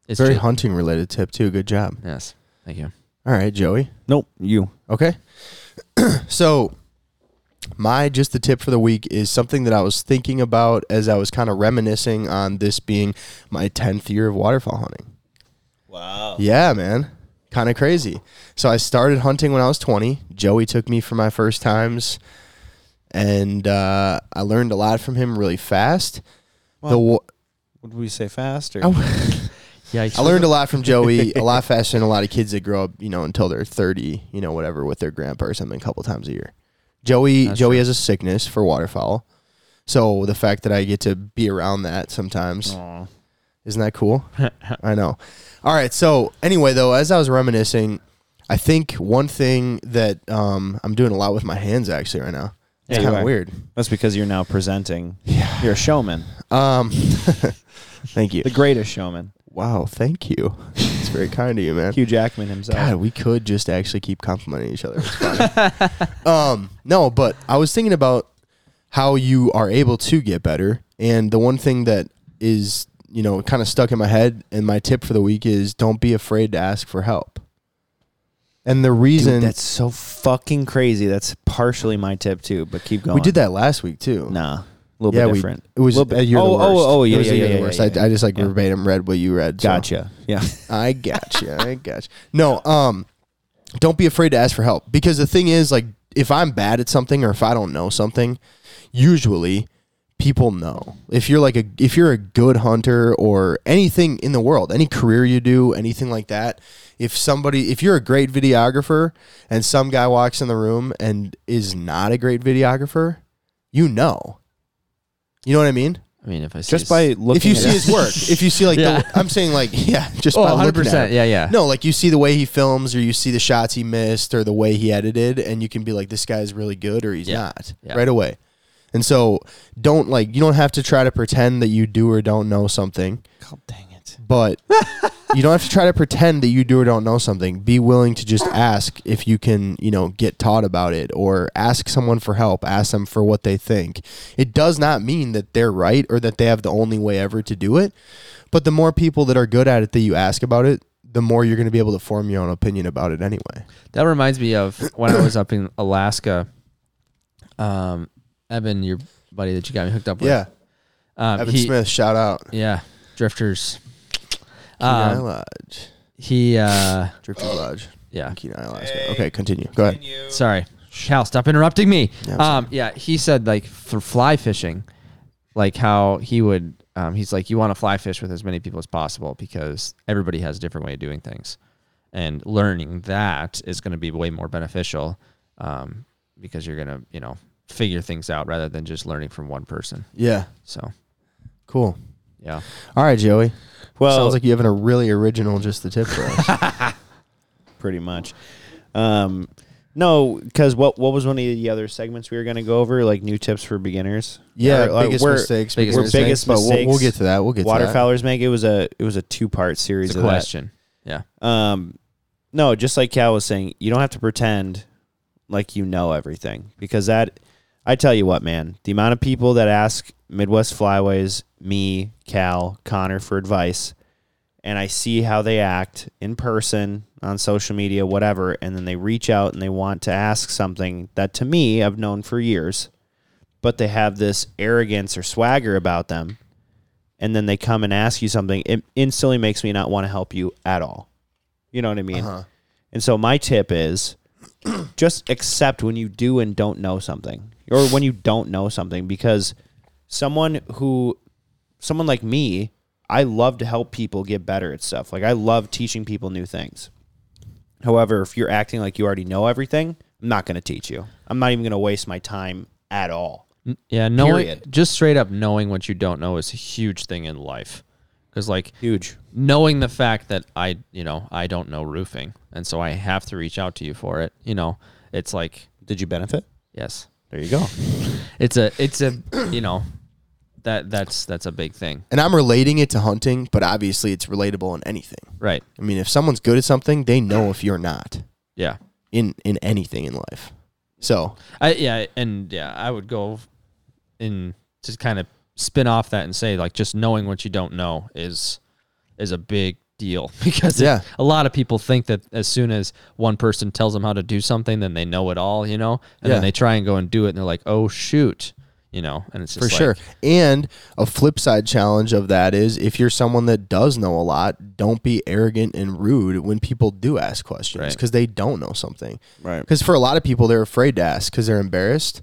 S3: It's
S1: Very
S3: ju-
S1: hunting related tip too. Good job.
S3: Yes. Thank you.
S1: All right, Joey.
S2: Nope, you.
S1: Okay. so, my just the tip for the week is something that I was thinking about as I was kind of reminiscing on this being my 10th year of waterfall hunting.
S2: Wow.
S1: Yeah, man. Kind of crazy. So, I started hunting when I was 20. Joey took me for my first times, and uh, I learned a lot from him really fast. the wa-
S2: Would we say faster?
S3: Yeah.
S1: I learned a lot from Joey, a lot faster than a lot of kids that grow up, you know, until they're 30, you know, whatever, with their grandpa or something a couple times a year. Joey
S3: That's
S1: Joey
S3: true.
S1: has a sickness for waterfowl. So the fact that I get to be around that sometimes, isn't that cool? I know. All right. So anyway, though, as I was reminiscing, I think one thing that um, I'm doing a lot with my hands actually right now. It's
S2: Yeah, you
S1: kind of
S2: are.
S1: weird.
S2: That's because you're now presenting. Yeah. You're a showman.
S1: Um, thank you.
S2: The greatest showman.
S1: Wow. Thank you. It's very kind of you, man.
S2: Hugh Jackman himself.
S1: God, we could just actually keep complimenting each other. It's funny. um, no, but I was thinking about how you are able to get better, and the one thing that is you know kind of stuck in my head, and my tip for the week is don't be afraid to ask for help. And the
S2: Dude,
S1: reason
S2: that's so fucking crazy. That's partially my tip too, but keep going.
S1: we did that last week too.
S2: Nah. A little
S1: yeah,
S2: bit
S1: we,
S2: different.
S1: It was
S2: Little bit-
S1: a year
S2: oh,
S1: the worst.
S2: oh, oh, yeah,
S1: it was
S2: yeah,
S1: a year
S2: yeah,
S1: the
S2: yeah,
S1: worst.
S2: yeah,
S1: I, I just like
S2: yeah.
S1: verbatim read what you read. so.
S2: Gotcha. Yeah.
S1: I gotcha. I gotcha. No, um, don't be afraid to ask for help because the thing is, like, if I'm bad at something or if I don't know something, usually people know. If you're like a if you're a good hunter or anything in the world, any career you do, anything like that, if somebody if you're a great videographer and some guy walks in the room and is not a great videographer, you know. You know what I mean?
S3: I mean, if I see
S2: Just
S3: s-
S2: by looking
S1: if you
S2: at
S1: see
S2: it.
S1: his work, if you see like
S3: Yeah.
S1: the, I'm saying like yeah, just
S3: oh,
S1: by looking at
S3: 100
S1: it.
S3: percent, yeah, yeah.
S1: No, like you see the way he films, or you see the shots he missed, or the way he edited, and you can be like, this guy's really good, or he's
S3: Yeah.
S1: not
S3: Yeah.
S1: right away. And so, don't like you don't have to try to pretend that you do or don't know something,
S2: God dang it.
S1: but you don't have to try to pretend that you do or don't know something. Be willing to just ask if you can, you know, get taught about it, or ask someone for help. Ask them for what they think. It does not mean that they're right or that they have the only way ever to do it. But the more people that are good at it that you ask about it, the more you're going to be able to form your own opinion about it anyway.
S3: That reminds me of when I was up in Alaska. Um, Evan, your buddy that you got me hooked up with.
S1: Yeah.
S3: um,
S1: Evan
S3: he-
S1: Smith, shout out.
S3: Yeah, drifters.
S1: Kenai
S3: Um,
S1: Lodge.
S3: he, uh,
S1: Drifter Lodge.
S3: yeah.
S1: Kenai, Alaska. Okay, continue. Go ahead.
S3: Sorry, Cal, stop interrupting me.
S1: Yeah, I'm sorry.
S3: um, yeah, he said like for fly fishing, like how he would. Um, he's like, you want to fly fish with as many people as possible because everybody has a different way of doing things, and learning that is going to be way more beneficial, um, because you're gonna you know figure things out rather than just learning from one person.
S1: Yeah,
S3: So
S1: cool.
S3: yeah,
S1: All right, Joey.
S2: Well,
S1: Sounds like you having a really original just the tip for us.
S2: pretty much. Um, no, because what what was one of the other segments we were going to go over? Like new tips for beginners.
S1: yeah,
S2: Or, like,
S1: biggest
S2: we're-
S1: mistakes.
S3: biggest
S2: we're biggest
S1: but we'll, we'll
S2: mistakes.
S1: get to that. We'll get to that.
S2: Waterfowlers make it was a it was a two part series.
S3: it's a
S2: of that.
S3: question. Yeah,
S2: Um, no, just like Cal was saying, you don't have to pretend like you know everything because that. I tell you what, man, the amount of people that ask Midwest Flyways, me, Cal, Connor for advice, and I see how they act in person, on social media, whatever, and then they reach out and they want to ask something that to me I've known for years, but they have this arrogance or swagger about them, and then they come and ask you something, it instantly makes me not want to help you at all. You know what I mean? And so my tip is just accept when you do and don't know something, or when you don't know something, because someone who, someone like me, I love to help people get better at stuff. Like I love teaching people new things. However, if you're acting like you already know everything, I'm not going to teach you. I'm not even going to waste my time at all.
S3: N- yeah. Knowing
S2: Period.
S3: just straight up knowing what you don't know is a huge thing in life, because like
S2: Huge.
S3: knowing the fact that I, you know, I don't know roofing, and so I have to reach out to you for it. You know, it's like
S2: Did you benefit?
S3: yes,
S2: There you go.
S3: it's a, it's a, you know, that that's that's a big thing,
S1: And I'm relating it to hunting, but obviously it's relatable in anything.
S3: right?
S1: I mean, if someone's good at something, they know if you're not
S3: Yeah,
S1: in in anything in life. So
S3: I yeah, and yeah, I would go and just kind of spin off that and say like just knowing what you don't know is is a big deal because
S1: Yeah.
S3: a lot of people think that as soon as one person tells them how to do something then they know it all you know and
S1: Yeah.
S3: then they try and go and do it and they're like oh shoot you know and it's just
S1: for
S3: like,
S1: sure. And a flip side challenge of that is if you're someone that does know a lot, don't be arrogant and rude when people do ask questions
S3: Right.
S1: because they don't know something.
S2: Right.
S1: Because for a lot of people, they're afraid to ask because they're embarrassed.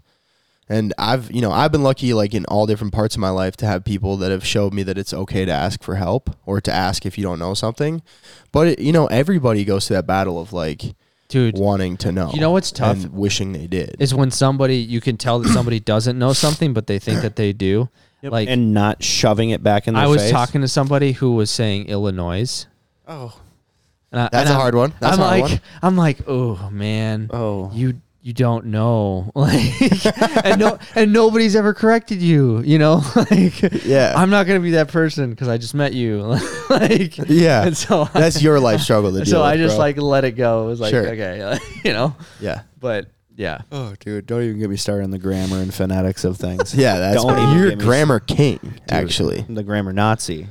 S1: And I've, you know, I've been lucky, like in all different parts of my life, to have people that have showed me that it's okay to ask for help or to ask if you don't know something. But it, you know, everybody goes to that battle of like
S3: dude
S1: wanting to know.
S3: You know what's tough?
S1: and wishing they did.
S3: is when somebody you can tell that somebody doesn't know something but they think that they do like
S2: and not shoving it back in the
S3: i
S2: face.
S3: was talking to somebody who was saying illinois
S1: oh,
S3: and I,
S1: That's
S3: and
S1: a
S3: I'm-
S1: hard one. That's
S3: i'm
S1: a hard
S3: like
S1: one.
S3: i'm like oh man
S2: Oh.
S3: you you don't know like and no and nobody's ever corrected you you know like
S1: Yeah.
S3: i'm not gonna be that person because i just met you like
S1: yeah.
S3: and so
S1: That's your life struggle to deal
S3: so i
S1: with,
S3: just
S1: bro.
S3: like let it go it was like
S1: Sure.
S3: okay like, you know
S1: yeah.
S3: but yeah
S2: Oh, dude, don't even get me started on the grammar and phonetics of things.
S1: Yeah, that's
S2: Don't even
S1: you're a
S2: give me-
S1: grammar king. Actually,
S2: I'm the grammar Nazi.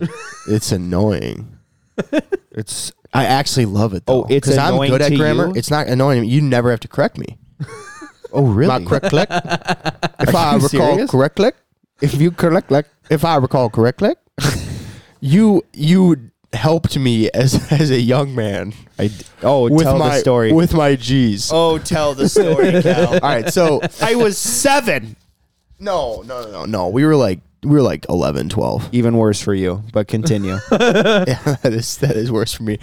S1: it's annoying.
S2: It's
S1: I actually love it though.
S2: Oh, it's
S1: 'cause
S2: annoying
S1: I'm good
S2: to
S1: at grammar.
S2: you?
S1: It's not annoying. You never have to correct me.
S2: oh really?
S1: Am I correct? correct? if I
S2: you
S1: recall
S2: serious?
S1: correctly, if you correct, like, if I recall correctly, you you helped me as as a young man
S2: I d- oh,
S1: with
S2: tell
S1: my
S2: the story.
S1: with my G's.
S2: oh, tell the story, Cal.
S1: All right, so
S2: I was seven.
S1: no, no, no, no. We were like we were like 11, 12.
S2: Even worse for you, but continue.
S1: yeah, that is that is worse for me.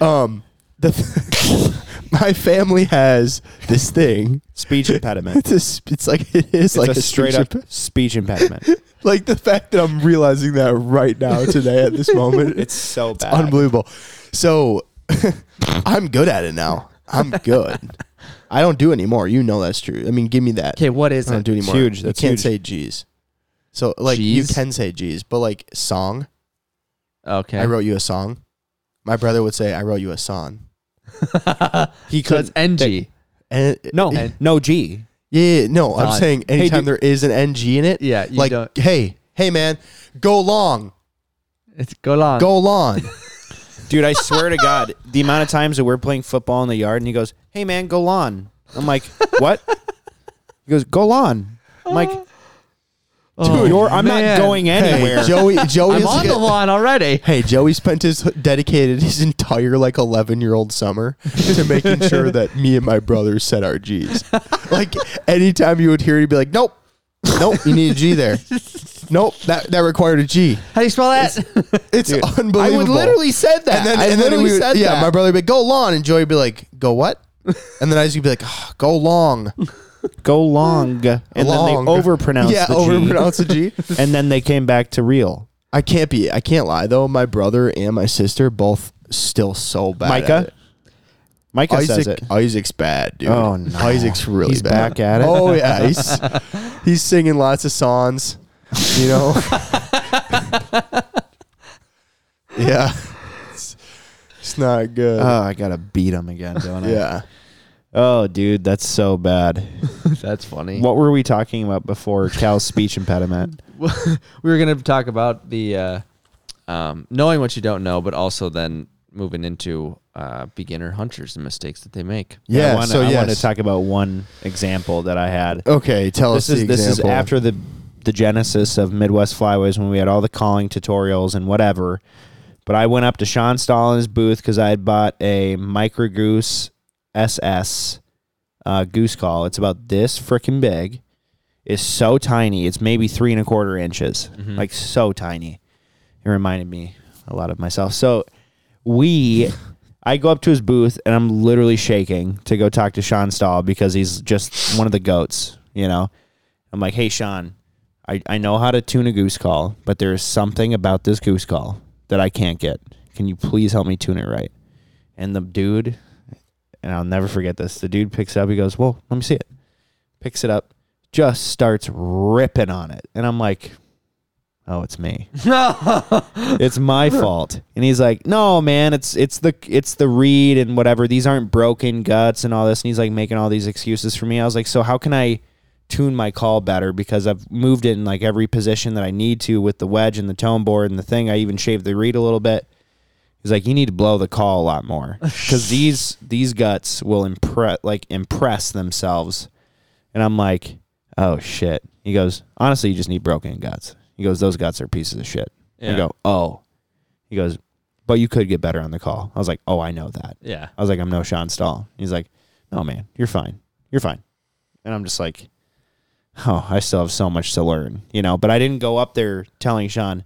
S1: Um, the th- my family has this thing.
S2: Speech impediment.
S1: It's, a sp- it's like it is
S2: It's
S1: like
S2: a straight
S1: speech
S2: up
S1: imp-
S2: speech impediment.
S1: like the fact that I'm realizing that right now today at this moment.
S2: It's so bad.
S1: unbelievable. So I'm good at it now. I'm good. I don't do anymore. You know that's true. I mean, give me that.
S3: Okay, what is
S1: I don't
S3: it?
S1: do anymore.
S2: huge.
S1: you
S2: That's
S1: can't
S2: huge.
S1: say G's. So like you
S3: G's?
S1: can say G's, but like song.
S3: Okay,
S1: I wrote you a song. My brother would say I wrote you a song.
S2: He
S3: so it's NG.
S1: And
S2: No, no G.
S1: Yeah, yeah, no, I'm
S3: Thought.
S1: saying anytime
S2: dude.
S1: there is an NG in it,
S3: Yeah, you
S1: like
S3: don't-
S1: hey, hey man, go long,
S3: It's go long.
S1: go long.
S2: Dude, I swear to God, the amount of times that we're playing football in the yard and he goes, Hey man, go lawn. I'm like, What? He goes, Go lawn. I'm like, Dude, you're, I'm
S3: Oh, man.
S2: not going anywhere.
S1: Oh, hey, Joey, Joey,
S3: I'm
S1: is
S3: on
S1: good-
S3: the lawn already.
S1: Hey, Joey spent his dedicated his entire like 11 year old summer to making sure that me and my brother said our G's. Like anytime you would hear, it, he'd be like, nope, nope, you need a G there. Nope, that that required a G.
S3: How do you spell that?
S1: It's unbelievable.
S2: I would literally said that.
S1: And then,
S2: I
S1: and then
S2: literally
S1: we would-
S2: said
S1: yeah,
S2: that.
S1: my brother would be go long, and Joey would be like, go what? And then I would be like, "Ah, go long.
S2: go long. And
S1: long.
S2: then they overpronounced
S1: yeah,
S2: the
S1: overpronounce the G.
S2: G. And then they came back to real.
S1: I can't be. I can't lie though. My brother and my sister both still so bad. at
S2: Micah?
S1: it.
S2: Micah says
S1: Isaac.
S2: it.
S1: Isaac's bad, dude.
S2: Oh, no.
S1: Isaac's really
S2: He's
S1: bad.
S2: back at it.
S1: Oh yeah, he's he's singing lots of songs. You know. yeah, it's, it's not good.
S2: Oh, I gotta beat him again, don't I?
S1: yeah.
S2: Oh, dude, that's so bad.
S3: That's funny.
S2: What were we talking about before Cal's speech impediment?
S3: we were going to talk about the uh, um, knowing what you don't know, but also then moving into uh, beginner hunters and mistakes that they make.
S1: Yeah.
S2: I wanna,
S1: so
S2: I
S1: yes.
S2: wanna talk about one example that I had.
S1: Okay, tell
S2: this
S1: us
S2: is
S1: the
S2: this is
S1: example.
S2: after the the genesis of Midwest Flyways when we had all the calling tutorials and whatever. But I went up to Sean Stalin's booth because I had bought a Micro Goose SS uh, goose call. It's about this freaking big. It's so tiny. It's maybe three and a quarter inches.
S1: Mm-hmm.
S2: Like so tiny. It reminded me a lot of myself. So we I go up to his booth and I'm literally shaking to go talk to Sean Stahl because he's just one of the goats, you know. I'm like, hey Sean, I, I know how to tune a goose call, but there is something about this goose call that I can't get. Can you please help me tune it right? And the dude and I'll never forget this, the dude picks it up, he goes, Well, let me see it. Picks it up, just starts ripping on it. And I'm like, Oh, it's me it's my fault. And he's like, no, man, it's it's the it's the read and whatever. These aren't broken guts and all this. And he's like making all these excuses for me. I was like, so how can I tune my call better because I've moved it in like every position that I need to with the wedge and the tone board and the thing. I even shaved the read a little bit. He's like, you need to blow the call a lot more because these these guts will impress like impress themselves. And I'm like, oh shit. He goes, honestly, you just need broken guts. He goes, those guts are pieces of shit. I
S3: Yeah.
S2: go, oh. He goes, but you could get better on the call. I was like, oh, I know that.
S3: Yeah.
S2: I was like, I'm no Sean Stahl. He's like, no, man, you're fine. You're fine. And I'm just like, oh, I still have so much to learn, you know. But I didn't go up there telling Sean,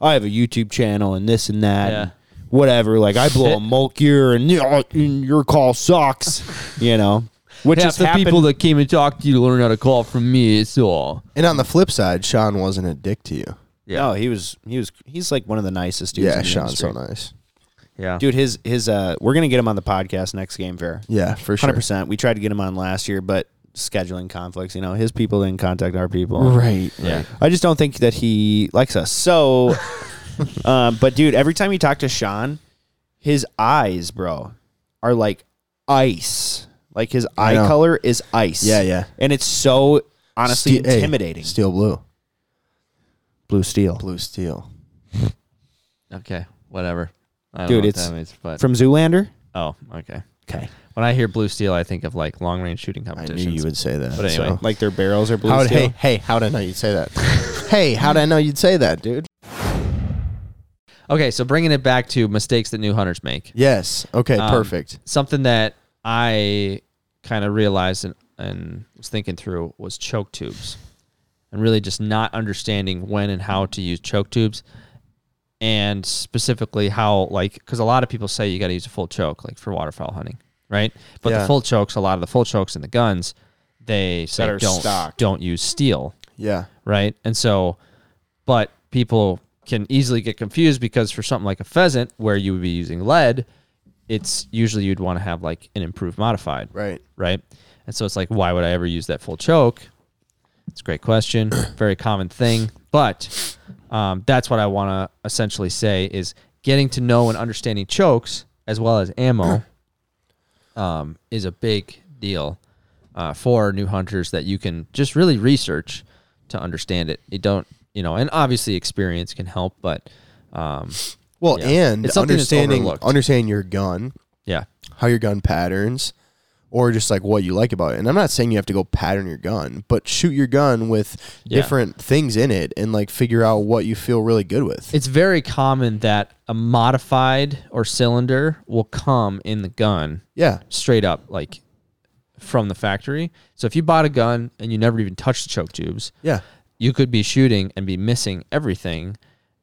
S2: I have a YouTube channel and this and that,
S3: Yeah.
S2: and whatever. Like I blow a mulkier and, you know, and your call sucks, you know. Which
S3: Half
S2: has
S3: the
S2: happened-
S3: people that came and talked to you learned how to call from me. It's all.
S1: and on the flip side, Sean wasn't a dick to you.
S3: Yeah.
S2: No, he was he was he's like one of the nicest dudes.
S1: Yeah,
S2: in the
S1: Sean's
S2: industry.
S1: so nice.
S3: Yeah.
S2: Dude, his his uh we're gonna get him on the podcast next game fair.
S1: Yeah, for sure.
S2: Hundred percent. We tried to get him on last year, but scheduling conflicts, you know, his people didn't contact our people.
S1: Right.
S3: yeah.
S2: I just don't think that he likes us. So uh, but dude, every time you talk to Sean, his eyes, bro, are like ice. Like his eye
S1: know.
S2: color is ice.
S1: Yeah, yeah.
S2: And it's so honestly
S1: Ste- hey,
S2: intimidating.
S1: steel blue.
S2: Blue steel.
S1: Blue steel.
S3: Okay. Whatever. I don't
S2: Dude,
S3: know what
S2: it's
S3: that means, but
S2: From Zoolander?
S3: oh, okay.
S2: Okay.
S3: When I hear blue steel, I think of like long range shooting
S1: I
S3: competitions.
S1: knew you would say that.
S3: But anyway.
S1: so.
S2: Like their barrels are blue
S1: How'd-
S2: steel.
S1: hey, hey, how'd I know you'd say that? hey, how'd I know you'd say that, dude?
S3: Okay, so bringing it back to mistakes that new hunters make.
S1: Yes. Okay,
S3: Um,
S1: perfect.
S3: Something that I kind of realized and, and was thinking through was choke tubes and really just not understanding when and how to use choke tubes and specifically how, like, because a lot of people say you got to use a full choke, like for waterfowl hunting, right? But
S1: Yeah.
S3: the full chokes, a lot of the full chokes in the guns, they say
S2: That are
S3: don't,
S2: stock.
S3: don't use steel
S1: Yeah.
S3: right? And so, but people can easily get confused because for something like a pheasant, where you would be using lead, it's usually you'd want to have like an improved modified,
S1: Right.
S3: right? And so it's like, why would I ever use that full choke? It's a great question, very common thing, but um, that's what I want to essentially say is getting to know and understanding chokes as well as ammo um, is a big deal uh, for new hunters that you can just really research to understand it. You don't, you know, and obviously experience can help, but um,
S1: Well,
S3: Yeah.
S1: and
S3: It's something that's
S1: understanding
S3: overlooked.
S1: understanding your gun,
S3: yeah,
S1: how your gun patterns, or just like what you like about it. And I'm not saying you have to go pattern your gun, but shoot your gun with
S3: Yeah.
S1: different things in it and like figure out what you feel really good with.
S3: it's very common that a modified or cylinder will come in the gun
S1: yeah.
S3: straight up like from the factory. So if you bought a gun and you never even touched the choke tubes,
S1: Yeah.
S3: you could be shooting and be missing everything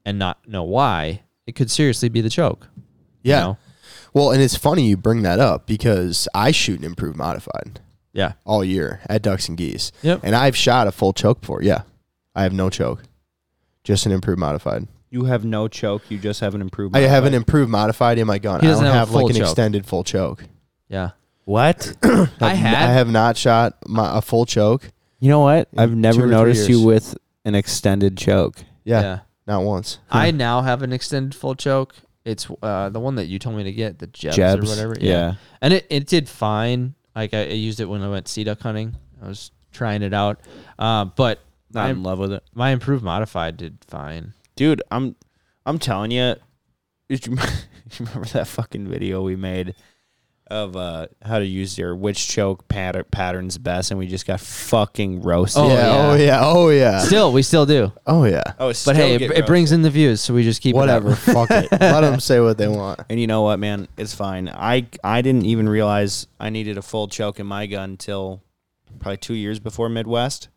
S3: and not know why. It could seriously be the choke. you
S1: Yeah.
S3: know?
S1: Well, and it's funny you bring that up because I shoot an improved modified
S3: Yeah.
S1: all year at Ducks and Geese.
S3: Yep.
S1: And I've shot a full choke before. Yeah. I have no choke. Just an improved modified.
S2: You have no choke. You just have an improvement.
S1: I have an improved modified in my gun.
S3: He
S1: I
S3: doesn't
S1: don't have,
S3: have a
S1: like
S3: full
S1: an
S3: choke.
S1: extended full choke.
S3: Yeah.
S2: What?
S3: I had
S1: I have not shot my, a full choke.
S2: You know what? I've
S1: two or
S2: never
S1: three
S2: noticed you
S1: years.
S2: with an extended choke.
S1: Yeah, not once.
S3: I now have an extended full choke. It's uh, the one that you told me to get, the Jebs, or
S2: Jebs,
S3: whatever.
S2: yeah.
S3: And it, it did fine. Like I, I used it when I went sea duck hunting. I was trying it out. Uh, but
S2: Not
S3: I'm-
S2: in love with it,
S3: my improved modified did fine.
S2: dude. I'm, I'm telling you. Did you, you remember that fucking video we made of uh, how to use your which choke patter, patterns best, and we just got fucking roasted.
S3: Oh,
S1: yeah, Oh
S3: yeah.
S1: yeah. Oh yeah.
S3: Still, we still do.
S1: Oh yeah.
S2: Oh,
S3: But hey, it, it brings in the views, so we just keep it up.
S1: Whatever. Fuck it. Let them say what they want.
S2: And you know what, man? It's fine. I I didn't even realize I needed a full choke in my gun till probably two years before Midwest.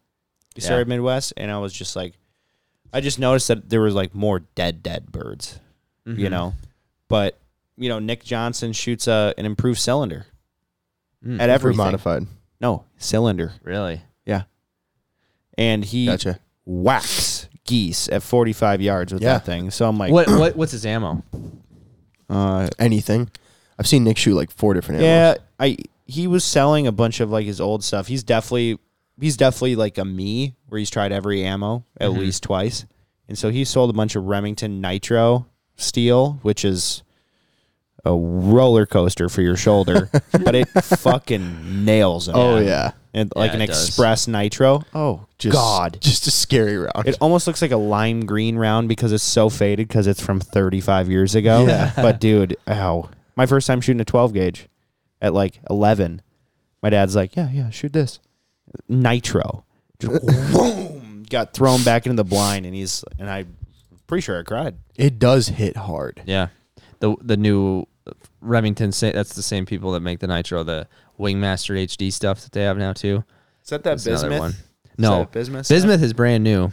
S2: We
S3: Yeah.
S2: started Midwest, and I was just like, I just noticed that there was like more dead dead birds, you
S3: Mhm.
S2: know. But you know, Nick Johnson shoots a an improved cylinder
S3: Mm.
S2: at every
S1: Improved modified.
S2: No cylinder,
S3: Really?
S2: and he
S1: Gotcha.
S2: whacks geese at forty five yards with
S1: Yeah.
S2: that thing. So I'm like,
S3: what what what's his ammo?
S2: Uh,
S1: Anything. I've seen Nick shoot like four different animals.
S2: Yeah, I he was selling a bunch of like his old stuff. He's definitely he's definitely like a me where he's tried every ammo at least twice. And so he sold a bunch of Remington Nitro steel, which is a roller coaster for your shoulder, but it fucking nails them.
S1: Oh yeah.
S2: And like
S3: Yeah,
S2: an
S3: it does.
S2: express nitro.
S1: Oh just,
S2: God.
S1: Just a scary round.
S2: It almost looks like a lime green round because it's so faded because it's from 35 years ago. But dude, ow. My first time shooting a 12 gauge at like 11. My dad's like, yeah, yeah, shoot this. Nitro. Just boom. Got thrown back into the blind and he's, and I, pretty sure I cried.
S1: it does hit hard.
S3: Yeah, the the new Remington. Sa- that's the same people that make the Nitro, the Wingmaster HD stuff that they have now too.
S2: Is that that
S3: That's another one. No,
S2: that bismuth stuff?
S3: Bismuth is brand new.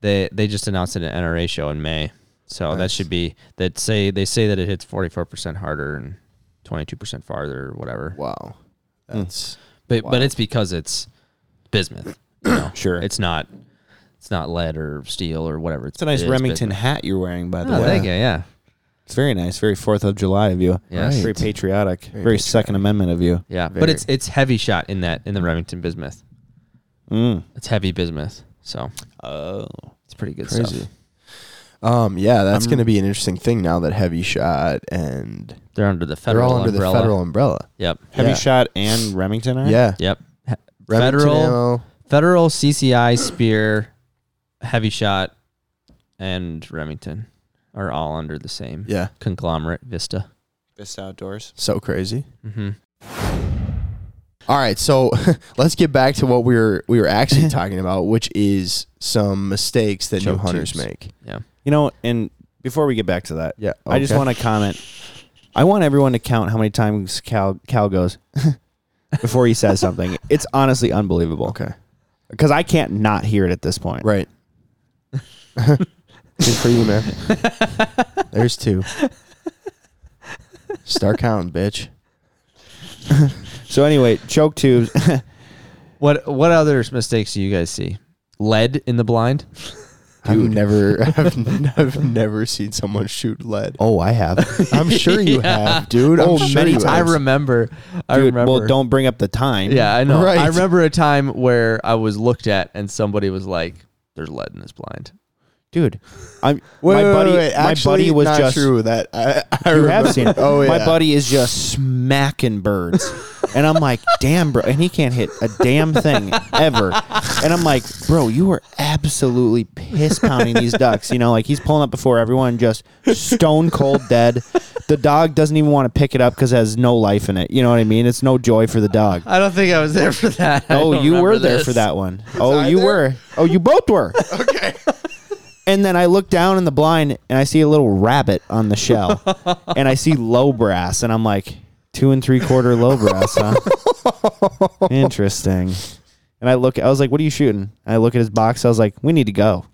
S3: They they just announced it at NRA show in May, so that should be that say they say that it hits forty four percent harder and twenty two percent farther or whatever.
S1: Wow. That's
S3: But but it's because it's bismuth. You know?
S2: Sure. It's,
S3: it's not it's not lead or steel or whatever. It's
S2: a nice
S3: it is
S2: Remington
S3: bismuth.
S2: hat you're wearing, by the
S3: Oh,
S2: way.
S3: thank you. Yeah.
S2: It's very nice. Very 4th of July of you.
S3: Yes.
S2: Very patriotic. Very, Second Amendment of you.
S3: Yeah, but
S1: Very.
S3: it's it's heavy shot in that in the Remington bismuth.
S2: Mm.
S3: It's heavy bismuth, so
S2: Oh.
S3: it's pretty good stuff.
S1: um yeah, that's
S2: I'm-
S1: gonna be an interesting thing now that heavy shot and
S3: They're under the
S1: they're
S3: federal
S1: all under
S3: umbrella.
S1: the federal umbrella.
S3: Yep,
S2: Heavy
S1: Yeah.
S2: shot and Remington are?
S1: Yeah.
S3: yep. He-
S1: Remington
S3: Federal,
S1: ammo.
S3: federal CCI spear, heavy shot, and Remington are all under the same
S1: Yeah.
S3: conglomerate Vista.
S4: Best outdoors.
S1: So crazy.
S3: Mm-hmm.
S1: All right, so let's get back to what we were we were actually talking about, which is some mistakes that
S3: Show
S1: new hunters
S3: teams.
S1: make.
S3: Yeah.
S2: You know, and before we get back to that,
S1: Yeah,
S2: I just
S1: okay.
S2: want to comment. I want everyone to count how many times Cal Cal goes before he says something. It's honestly unbelievable.
S1: Okay.
S2: Because I can't not hear it at this point.
S1: Right. Good for you, man. There's two. Start counting, bitch.
S2: So anyway, choke tubes.
S3: What what other mistakes do you guys see? Lead in the blind.
S1: I've never, I've, n- I've never seen someone shoot lead.
S2: oh, I have.
S1: I'm sure you have, dude. I'm
S2: Oh,
S1: sure
S2: many
S1: you
S2: times.
S1: have.
S3: I remember. I
S2: Dude,
S3: remember.
S2: well, don't bring up the time.
S3: Yeah, I know.
S1: Right.
S3: I remember a time where I was looked at and somebody was like, "There's lead in this blind."
S2: dude. I'm
S1: Wait,
S2: my
S1: wait,
S2: buddy.
S1: wait, wait.
S2: My
S1: Actually,
S2: buddy was
S1: not
S2: just.
S1: true that I, I
S2: You
S1: remember.
S2: have seen it.
S1: Oh yeah,
S2: My buddy is just smacking birds. And I'm like, damn, bro. And he can't hit a damn thing ever. And I'm like, bro, you are absolutely piss pounding these ducks. You know, like he's pulling up before everyone, just stone cold dead. The dog doesn't even want to pick it up because it has no life in it. You know what I mean? It's no joy for the dog.
S3: I don't think I was there for that. I
S2: Oh,
S3: don't
S2: you were
S3: remember
S2: there
S3: this.
S2: for that one. Oh,
S1: I
S2: you
S1: there?
S2: were. Oh, you both were. okay. And then I look down in the blind and I see a little rabbit on the shell, and I see low brass, and I'm like, two and three quarter low brass, huh? Interesting. And I look, I was like, what are you shooting? And I look at his box. I was like, we need to go.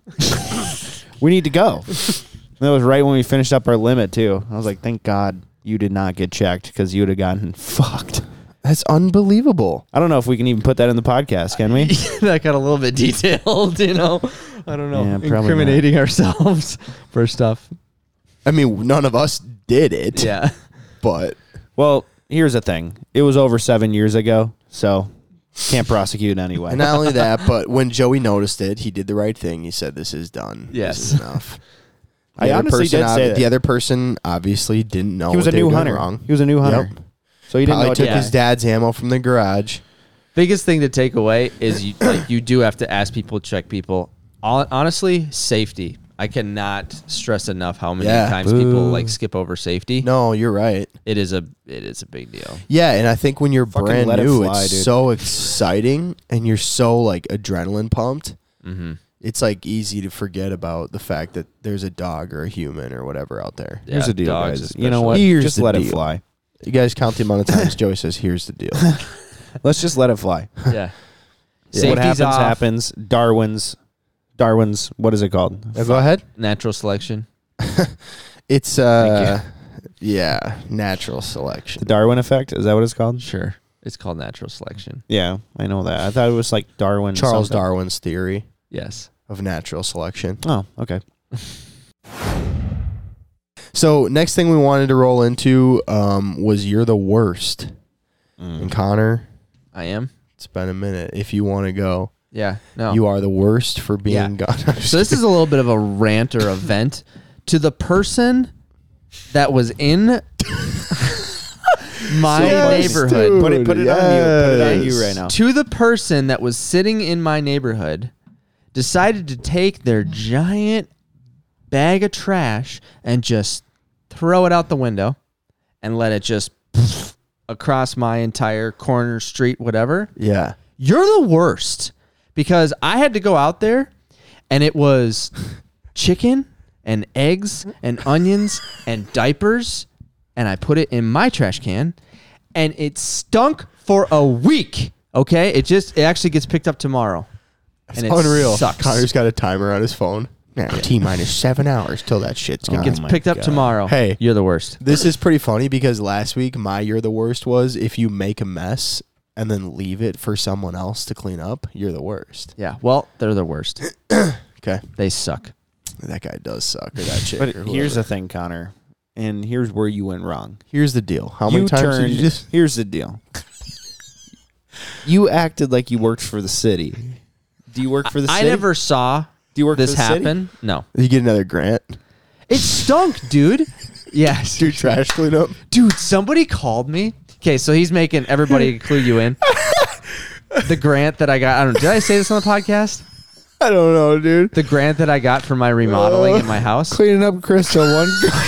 S2: we need to go. And that was right when we finished up our limit too. I was like, thank God you did not get checked because you would have gotten fucked.
S1: that's unbelievable.
S2: I don't know if we can even put that in the podcast, can we?
S3: that got a little bit detailed, you know. I don't know.
S2: Yeah, probably not.
S3: Incriminating ourselves for stuff.
S1: I mean, none of us did it.
S3: Yeah.
S1: but
S2: Well, here's the thing. It was over seven years ago, so can't prosecute anyway.
S1: And not only that, but when Joey noticed it, he did the right thing. He said, "This is done.
S3: Yes.
S1: this is enough." The
S2: I
S1: other
S2: honestly
S1: person
S2: did
S1: ob-
S2: say that.
S1: the other person obviously didn't know
S2: he was
S1: what
S2: a
S1: they were
S2: new
S1: doing
S2: hunter.
S1: Wrong.
S2: He was a new hunter.
S1: Yep.
S2: So he didn't
S1: Probably
S2: know.
S1: took
S3: did.
S1: his dad's ammo from the garage.
S3: Biggest thing to take away is you like you do have to ask people, check people. Hon- Honestly, safety. I cannot stress enough how many
S1: Yeah.
S3: times people like skip over safety.
S1: No, you're right.
S3: It is a it is a big deal.
S1: Yeah, and I think when you're brand
S2: let it
S1: new,
S2: fly,
S1: it's
S2: dude.
S1: so exciting and you're so like adrenaline pumped.
S3: Mhm.
S1: It's like easy to forget about the fact that there's a dog or a human or whatever out there.
S2: Here's
S3: Yeah,
S2: the deal,
S3: dogs
S2: guys. You know what?
S1: especially. Here's
S2: just
S1: the
S2: let it
S1: deal.
S2: fly.
S1: You guys count the amount of times Joey says, "Here's the deal."
S2: Let's just let it fly.
S3: yeah.
S2: what
S3: Safety's
S2: happens
S3: off,
S2: happens. Darwin's, Darwin's. What is it called?
S1: Now go ahead.
S3: Natural selection.
S1: It's uh, yeah, natural selection.
S2: The Darwin effect. Is that what it's called?
S3: Sure. It's called natural selection.
S2: Yeah, I know that. I thought it was like Darwin.
S1: Charles
S2: something.
S1: Darwin's theory
S3: Yes.
S1: of natural selection.
S2: Oh, okay.
S1: So next thing we wanted to roll into um, was you're the worst.
S3: Mm.
S1: And Connor,
S3: I am.
S1: it's been a minute. If you want to go,
S3: Yeah. No.
S1: you are the worst for being
S3: Oh. Yeah.
S1: gone.
S3: so this is a little bit of a rant or a vent to the person that was in my
S1: Yes,
S3: neighborhood.
S1: dude.
S2: Put it. Put it on you. Put it on you
S1: yes.
S2: right now.
S3: to the person that was sitting in my neighborhood decided to take their giant bag of trash and just throw it out the window and let it just across my entire corner street whatever
S1: yeah.
S3: you're the worst because i had to go out there and it was chicken and eggs and onions and diapers and i put it in my trash can and it stunk for a week okay it just it actually gets picked up tomorrow and it
S1: Unreal.
S3: sucks
S1: Connor's got a timer on his phone. Now, T minus seven hours till that shit's gone.
S3: gets
S2: Oh my
S3: picked up
S2: God.
S3: tomorrow
S1: Hey.
S3: you're the worst
S1: This is pretty funny because last week my you're the worst was if you make a mess and then leave it for someone else to clean up, you're the worst.
S3: yeah well they're the worst
S1: Okay.
S3: they suck
S1: That guy does suck or that chick.
S2: But
S1: or
S2: here's
S1: whoever.
S2: the thing, Connor, and here's where you went wrong.
S1: here's the deal. How many
S2: you
S1: times did
S2: turned,
S1: you just
S2: Here's the deal. you acted like you worked for the city. Do you work for the
S3: i
S2: city?
S3: never saw
S2: Do you work
S3: this
S2: for the city?
S3: happen no
S1: Did you get another grant?
S3: it stunk dude yes
S1: Do trash cleanup?
S3: dude somebody called me okay so he's making everybody clue you in the grant that i got i don't did i say this on the podcast
S1: I don't know, dude.
S3: the grant that i got for my
S4: Oh.
S3: remodeling in my house
S1: Cleaning up crystal one. I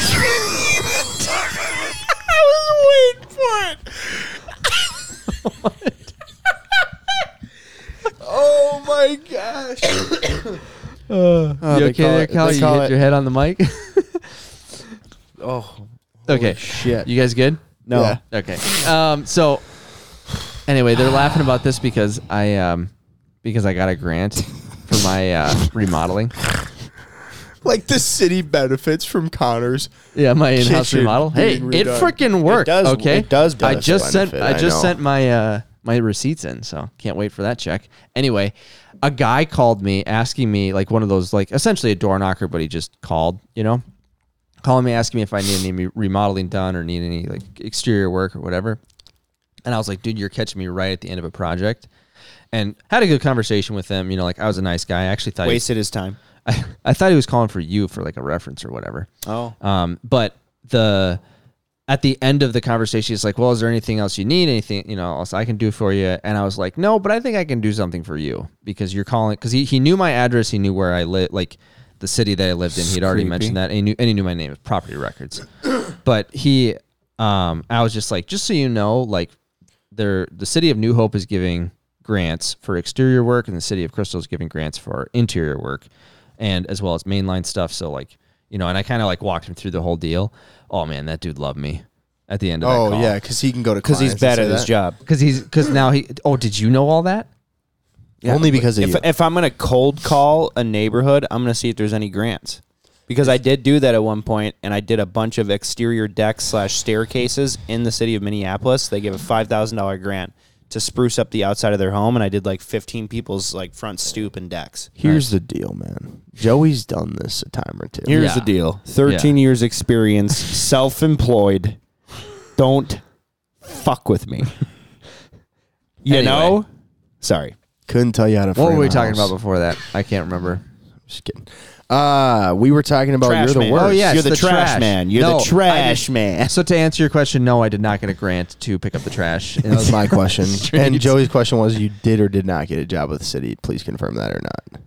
S1: Oh my gosh.
S4: Uh,
S3: you
S4: they
S3: okay
S4: call
S3: there,
S4: it-
S3: Cal?
S4: they
S3: You
S4: call
S3: hit
S4: it-
S3: your head on the mic?
S4: Oh,
S3: okay.
S4: shit.
S3: You guys good?
S2: No.
S1: Yeah.
S3: Okay. Um, so anyway, they're laughing about this because I um because I got a grant for my uh, remodeling.
S1: Like the city benefits from Connors.
S3: Yeah, my in-house
S1: Kitchen
S3: remodel. Hey, it
S1: being redone.
S3: freaking worked.
S4: does-
S3: okay,
S4: it does
S3: I
S4: benefit-
S3: just sent.
S1: benefit,
S3: I
S1: I
S3: just
S1: know.
S3: sent my uh my receipts in, so can't wait for that check. Anyway, a guy called me asking me like one of those like essentially a door knocker, but he just called. You know, calling me asking me if I need any remodeling done or need any like exterior work or whatever. And I was like, dude, you're catching me right at the end of a project. And had a good conversation with him. You know, like I was a nice guy. I actually thought he was-
S2: Wasted his time.
S3: I, I thought he was calling for you for like a reference or whatever.
S2: Oh.
S3: Um, but the at the end of the conversation, he's like, "Well, is there anything else you need? Anything you know else I can do for you?" And I was like, "No, but I think I can do something for you because you're calling because he, he knew my address, he knew where I live, like the city that I lived in. He'd already mentioned that, and he knew, and he knew my name, of property records. but he, um, I was just like, just so you know, like they're the city of New Hope is giving grants for exterior work, and the city of Crystal is giving grants for interior work, and as well as mainline stuff. So like you know, and I kind of like walked him through the whole deal. Oh man, that dude loved me at the end of that
S1: Oh
S3: call.
S1: yeah, because he can go to
S2: Because
S1: clients
S2: he's
S1: and
S2: bad
S1: say
S2: at his
S1: that.
S2: job.
S3: because he's because now he. Oh, did you know all that?
S1: Only because of
S2: if,
S1: you.
S2: if I'm gonna cold call a neighborhood, I'm gonna see if there's any grants. Because I did do that at one point, and I did a bunch of exterior decks slash staircases in the city of Minneapolis. They gave a five thousand dollar grant to spruce up the outside of their home, and I did like fifteen people's like front stoop and decks.
S1: Here's the deal, man. Joey's done this a time or two.
S2: Here's
S3: Yeah.
S2: the deal: thirteen years experience, self employed. Don't fuck with me. You
S3: Anyway.
S2: know? Sorry.
S1: Couldn't tell you how to.
S3: What
S1: frame
S3: were we
S1: a
S3: talking
S1: house.
S3: about before that? I can't remember.
S1: Just kidding. Uh, we were talking about
S2: Trash
S1: you're the
S2: man.
S1: worst.
S3: Oh yes,
S2: You're the trash
S3: trash
S2: man. You're the
S3: No, I
S2: trash
S3: didn't-
S2: man.
S3: So to answer your question, no, I did not get a grant to pick up the trash.
S1: That was my question. and Joey's question was, you did or did not get a job with the city. Please confirm that or not.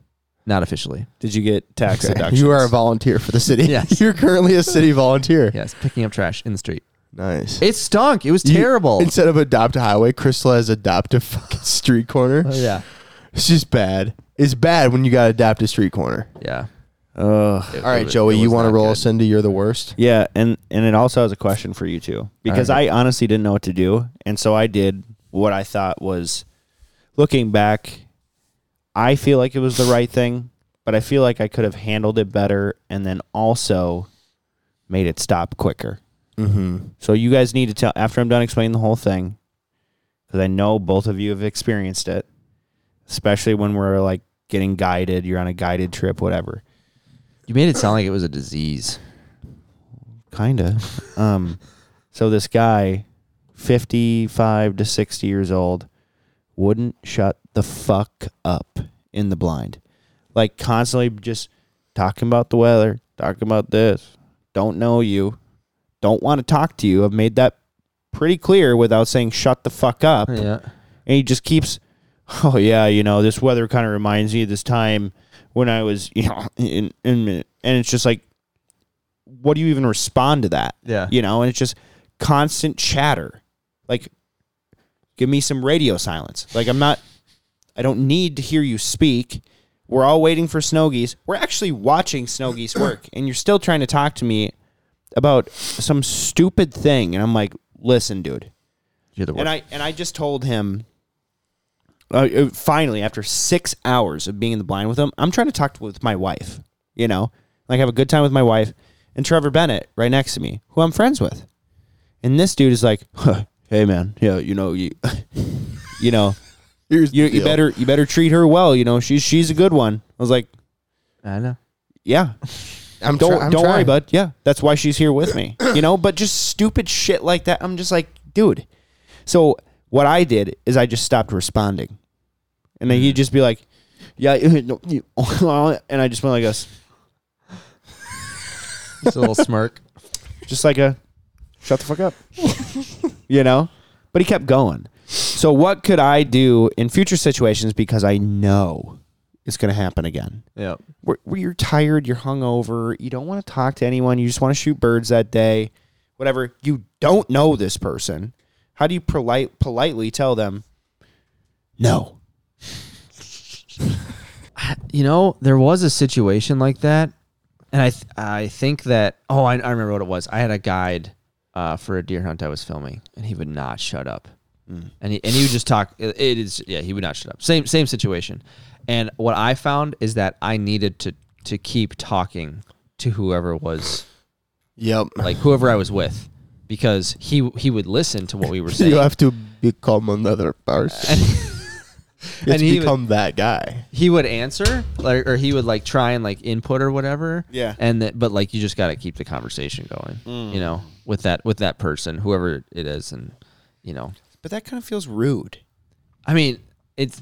S3: not officially.
S2: Did you get tax deductions?
S1: You are a volunteer for the city.
S3: Yes.
S1: You're currently a city volunteer.
S3: Yes, picking up trash in the street.
S1: Nice.
S3: It stunk. It was
S1: You-
S3: terrible.
S1: instead of adopt a highway, Crystal has adopt a fucking street corner.
S3: oh, yeah,
S1: It's just bad. It's bad when you got to adopt a street corner.
S3: yeah.
S2: Ugh.
S3: It-
S1: All
S3: it
S1: right,
S3: was-
S1: Joey,
S3: it
S1: you
S3: was
S1: want to
S3: not
S1: roll
S3: good.
S1: us into you're the worst?
S2: Yeah, and and it also has a question for you too because I honestly didn't know what to do, and so I did what I thought was, looking back, I feel like it was the right thing, but I feel like I could have handled it better, and then also made it stop quicker.
S1: Mm-hmm.
S2: So you guys need to tell after I'm done explaining the whole thing, because I know both of you have experienced it, especially when we're like getting guided. You're on a guided trip, whatever.
S3: You made it sound like it was a disease.
S2: kinda. um, so this guy, fifty-five to sixty years old, wouldn't shut the fuck up in the blind, like constantly just talking about the weather, talking about this. Don't know you, don't want to talk to you. I've made that pretty clear without saying shut the fuck up
S3: Oh, Yeah.
S2: and he just keeps oh yeah you know this weather kind of reminds me of this time when i was you know in, in and it's just like what do you even respond to that
S3: Yeah.
S2: you know and it's just constant chatter like give me some radio silence like i'm not i don't need to hear you speak we're all waiting for snow geese we're actually watching snow geese work and you're still trying to talk to me about some stupid thing and i'm like listen dude
S3: You're the worst.
S2: and I and I just told him. Uh, uh, finally, after six hours of being in the blind with him, I'm trying to talk with my wife. You know, like have a good time with my wife and Trevor Bennett right next to me, who I'm friends with. And this dude is like, huh, "Hey, man, yeah, you know you, you know,
S1: Here's
S2: you,
S1: the
S2: you
S1: deal.
S2: better you better treat her well. You know, she's she's a good one." I was like,
S3: I know.
S2: "Yeah,
S1: I'm
S2: don't
S1: try- I'm
S2: don't worry,
S1: trying.
S2: bud. Yeah, that's why she's here with me. You know, but just stupid shit like that. I'm just like, dude. So what I did is I just stopped responding, and then he'd just be like, "Yeah," no, you- and I just went like this,
S3: Just a little smirk.
S2: just like a, shut the fuck up, you know. But he kept going. So what could I do in future situations because I know it's going to happen again?
S3: Yep.
S2: where, where you're tired, you're hungover, you don't want to talk to anyone, you just want to shoot birds that day, whatever. You don't know this person. How do you polite politely tell them no?
S3: you know, there was a situation like that, and I th- I think that oh I, I remember what it was. I had a guide uh, for a deer hunt I was filming, and he would not shut up,
S2: Mm.
S3: and he and he would just talk. It, it is yeah, he would not shut up. Same same situation, and what I found is that I needed to to keep talking to whoever was
S1: Yep.
S3: like whoever I was with because he he would listen to what we were saying.
S1: You have to become another person. you have
S3: and
S1: to
S3: he would-
S1: become that guy.
S3: he would answer like, or he would like try and like input or whatever
S2: Yeah.
S3: and that but like you just got to keep the conversation going
S1: Mm.
S3: you know with that with that person whoever it is and you know
S2: But that kind of feels rude.
S3: i mean it's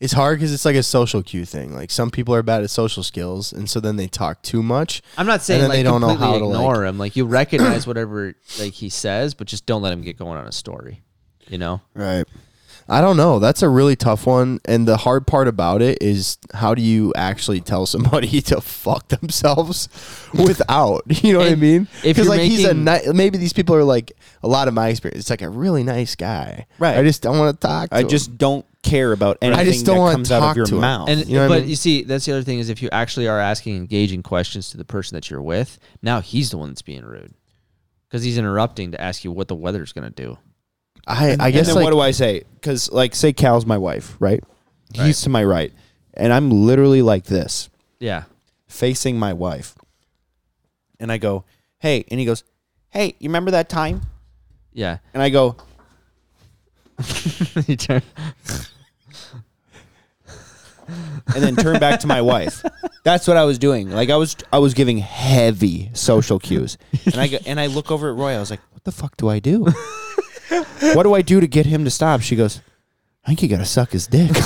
S1: It's hard because it's like a social cue thing. Like some people are bad at social skills, and so then they talk too much.
S3: i'm not saying
S1: then
S3: like
S1: they don't know
S3: completely
S1: how to, like-
S3: ignore him like you recognize whatever like he says but just don't let him get going on a story you know
S1: Right. I don't know. That's a really tough one, and the hard part about it is how do you actually tell somebody to fuck themselves without? You know what I
S3: And
S1: mean?
S3: if
S1: Because
S3: you're
S1: like he's a ni-
S3: making-
S1: maybe these people are like a lot of my experience. It's like a really nice guy.
S2: Right.
S1: I just don't want to talk. To
S2: I
S1: him.
S2: just don't care about anything
S1: just don't
S2: that
S1: wanna
S2: comes out of
S1: talk
S2: your
S1: to 'em.
S2: mouth.
S3: and
S1: You know what I
S3: but
S1: mean?
S3: you see that's the other thing is if you actually are asking engaging questions to the person that you're with now he's the one that's being rude because he's interrupting to ask you what the weather's going to do
S1: I, I
S2: And
S1: guess
S2: then
S1: like
S2: what do I say? Because like, say Cal's my wife, right? He's to my right, and I'm literally like this,
S3: yeah
S2: facing my wife, and I go, "Hey," and he goes, "Hey, you remember that time?"
S3: yeah
S2: And I go,
S3: You turn-
S2: and then turn back to my wife. That's what I was doing. Like I was, I was giving heavy social cues, and I go, and I look over at Roy. I was like, "What the fuck do I do? what do I do to get him to stop?" She goes, "I think you gotta suck his dick."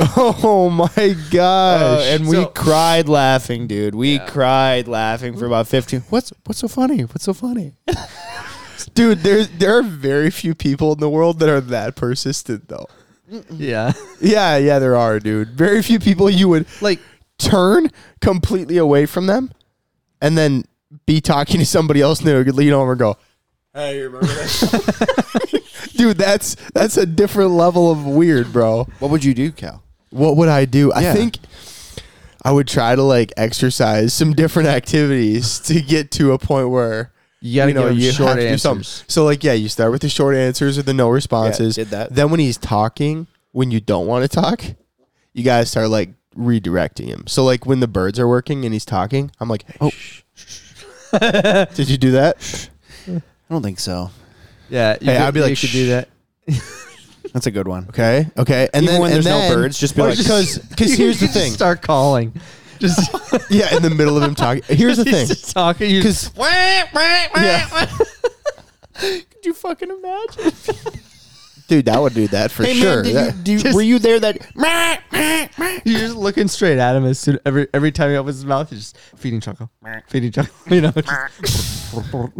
S1: Oh my gosh!
S2: Uh, and we cried laughing, dude. We cried laughing for about fifteen. What's what's so funny? What's so funny?
S1: dude, there's there are very few people in the world that are that persistent, though.
S3: yeah
S1: Yeah, yeah, there are, dude. Very few people you would
S3: like
S1: turn completely away from them, and then be talking to somebody else, and they would lean over and go, "Hey, you remember that?" dude, that's that's a different level of weird, bro.
S4: What would you do, Cal?
S1: What would I do? I
S4: Yeah.
S1: think I would try to like exercise some different activities to get to a point where
S3: you gotta give him short
S1: have to do something.
S3: answers.
S1: So like, yeah, you start with the short answers or the no responses.
S2: did that.
S1: Then when he's talking, when you don't want to talk, you guys start like redirecting him. So like when the birds are working and he's talking, I'm like, oh, did you do that?
S4: I don't think so.
S3: Yeah, you
S1: Hey,
S3: could-
S1: I'd be
S3: you
S1: like,
S3: could do that.
S2: That's a good one.
S1: Okay, okay. And
S2: Even
S1: then
S2: when
S1: and
S2: there's no
S1: then-
S2: birds, just be
S1: Or
S2: like-
S1: because because here's the
S3: You just
S1: thing.
S3: Start calling. Just
S1: Yeah, in the middle of him talking. Here's the thing.
S3: Just talking. You
S1: Because yeah.
S2: Could you fucking imagine?
S1: dude, I would do that for sure. That-
S2: were you there? That
S3: you're just looking straight at him as soon every every time he opens his mouth. You're just feeding choco, feeding choco. You know, just-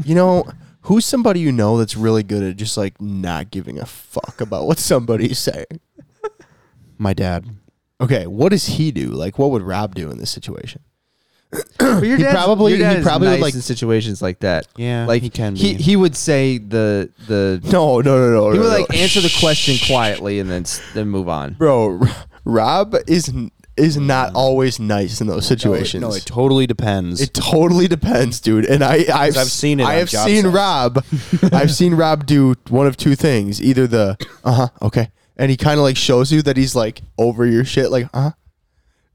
S1: You know, who's somebody you know that's really good at just like not giving a fuck about what somebody's saying?
S2: my dad.
S1: Okay, what does he do? Like, what would Rob do in this situation?
S3: but your
S1: He
S3: dad's-
S1: probably-
S3: your
S1: he
S3: dad is
S1: probably would,
S3: nice
S1: like-
S3: in situations like that.
S2: Yeah,
S3: like
S2: he can
S3: He
S2: be.
S3: he would say the the
S1: No, no, no, no.
S3: he
S1: no,
S3: would
S1: no.
S3: like answer the question quietly and then s- then move on.
S1: bro. R- Rob is n- is not always nice in those situations.
S2: No, it totally depends. Mm.
S1: It totally depends, dude. And I, I've,
S2: I've seen it
S1: I
S2: on
S1: have
S2: job
S1: seen
S2: sites.
S1: Rob. I've seen Rob do one of two things: either the uh huh, okay, and he kind of like shows you that he's like over your shit, like uh huh,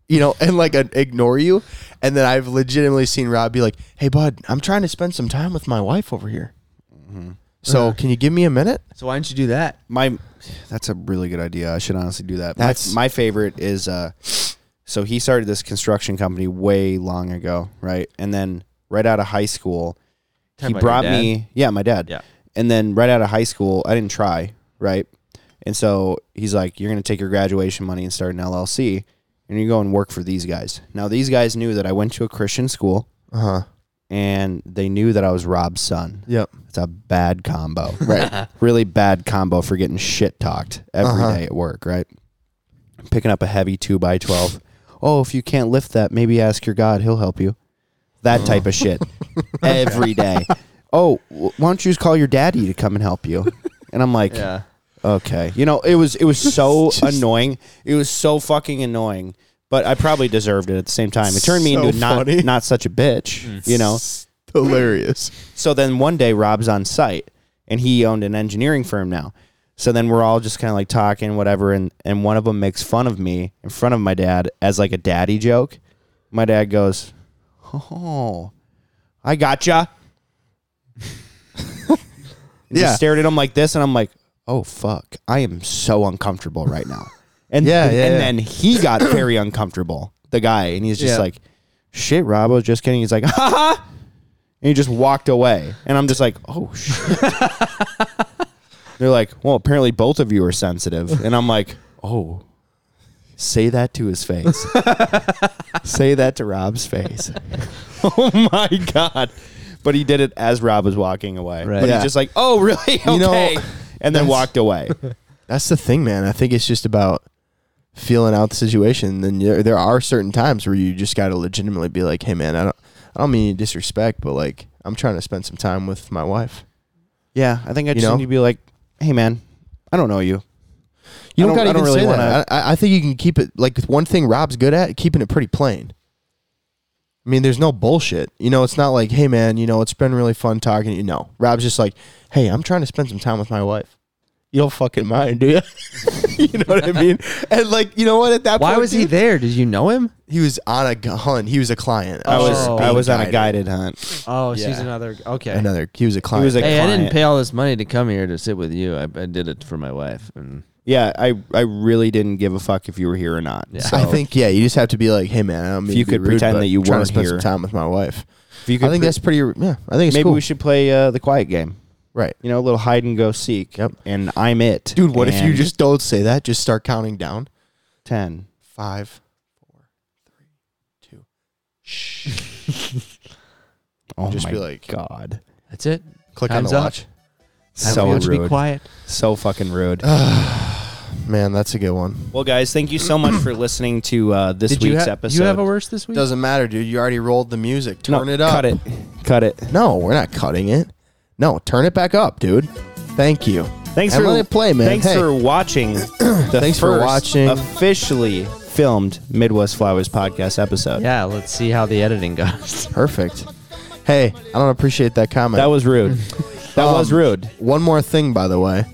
S1: you know, and like uh, ignore you. And then I've legitimately seen Rob be like, "Hey, bud, I'm trying to spend some time with my wife over here.
S2: Mm-hmm.
S1: So
S2: Uh-huh.
S1: can you give me a minute?"
S3: So why don't you do that?
S2: my that's a really good idea. I should honestly do that.
S1: That's-
S2: my, my favorite is uh so he started this construction company way long ago, right? And then right out of high school, he
S3: about your
S2: brought
S3: dad?
S2: me yeah, my dad.
S3: Yeah.
S2: And then right out of high school, I didn't try, right? And so he's like, You're gonna take your graduation money and start an LLC and you go and work for these guys. Now these guys knew that I went to a Christian school
S1: Uh huh.
S2: and they knew that I was Rob's son.
S1: Yep.
S2: It's a bad combo. Right. really bad combo for getting shit talked every day
S1: Uh-huh.
S2: at work, right? Picking up a heavy two by twelve. Oh, if you can't lift that, maybe ask your God, he'll help you. that type of shit every day. Oh, wh- why don't you just call your daddy to come and help you? And I'm like,
S3: Yeah.
S2: okay. You know, it was it was so annoying. It was so fucking annoying. But I probably deserved it at the same time. It turned me
S1: So
S2: into not
S1: funny. Mm.
S2: not such a bitch, you know.
S1: Hilarious.
S2: So then one day Rob's on site and he owned an engineering firm now. So then we're all just kind of like talking, whatever. And, and one of them makes fun of me in front of my dad as like a daddy joke. My dad goes, Oh, I gotcha. And
S1: Yeah.
S2: Just stared at him like this. And I'm like, Oh, fuck. I am so uncomfortable right now. And,
S1: Yeah,
S2: and,
S1: yeah,
S2: and
S1: yeah.
S2: then he got very uncomfortable, the guy. And he's just
S1: Yeah.
S2: like, Shit, Rob, I was just kidding. He's like, Ha ha and he just walked away. And I'm just like, oh shit. They're like, well, apparently both of you are sensitive. And I'm like, oh, say that to his face. say that to Rob's face. oh my god. But he did it as Rob was walking away.
S3: Right.
S2: But
S1: Yeah.
S2: he's just like, oh, really? Okay.
S1: You know,
S2: and then
S1: that's-
S2: walked away.
S1: That's the thing, man. I think it's just about feeling out the situation. Then you, there are certain times where you just got to legitimately be like, "Hey, man, I don't, I don't mean any disrespect, but like, I'm trying to spend some time with my wife."
S2: Yeah, I think I
S1: You
S2: just
S1: know?
S2: need to be like, hey man, I don't know you.
S1: You don't,
S2: I don't-
S1: got to
S2: I don't
S1: even
S2: really
S1: say
S2: wanna-
S1: that. I, I think you can keep it like one thing Rob's good at keeping it pretty plain. I mean, there's no bullshit. You know, it's not like, "Hey, man, you know, it's been really fun talking to you." No, Rob's just like, "Hey, I'm trying to spend some time with my wife." You don't fucking mind, do you? you know what I mean? And like, you know what? At that
S3: Why
S1: point,
S3: was he
S1: dude-
S3: there? Did you know him?
S1: He was on a g- hunt. He was a client.
S2: I was
S1: just
S3: Oh.
S2: I
S1: being
S2: was on a
S1: guided.
S2: guided hunt.
S3: Oh,
S2: she's
S3: she's another. Okay.
S1: Another. He was a client.
S2: was a-
S3: Hey, I
S2: client.
S3: didn't pay all this money to come here to sit with you. I, I did it for my wife. And
S2: Yeah, I I really didn't give a fuck if you were here or not.
S3: Yeah.
S2: So
S1: I think yeah. You just have to be like, hey man, I don't mean
S2: If you
S1: to be
S2: could
S1: rude,
S2: pretend
S1: but
S2: that you
S1: I'm trying
S2: weren't
S1: to spend
S2: here.
S1: some time with my wife.
S2: if you
S1: I think
S2: pre-
S1: that's pretty. Yeah, I think it's
S2: maybe
S1: cool.
S2: we should play uh, the quiet game.
S1: right,
S2: You know, a little hide and go seek.
S1: Yep.
S2: And I'm it.
S1: dude. What if you
S2: And
S1: just don't say that? Just start counting down.
S2: ten?
S1: Five, four, three, two. Shh.
S2: Oh
S1: Just
S2: my
S1: be like-
S2: god,
S3: that's it.
S1: Click
S3: Time's
S1: on the
S3: up.
S1: watch.
S2: so
S3: want to be
S2: rude,
S3: quiet.
S2: so fucking rude.
S1: Man, that's a good one.
S2: well, guys, thank you so much for listening to uh, this
S3: Did you,
S2: week's
S3: ha-
S2: episode.
S3: you have a worse this week?
S1: Doesn't matter, dude. You already rolled the music. Turn
S2: No,
S1: it up.
S2: Cut it. Cut it.
S1: No, we're not cutting it. No, turn it back up, dude. Thank you.
S2: Thanks
S1: and
S2: for
S1: let it play, man.
S2: Thanks
S1: Hey.
S2: for watching. The
S1: Thanks for
S2: first
S1: watching.
S2: Officially filmed Midwest Flowers podcast episode.
S3: yeah, let's see how the editing goes.
S1: Perfect. Hey, I don't appreciate that comment.
S2: That was rude. that was
S1: Um,
S2: rude.
S1: One more thing, by the way.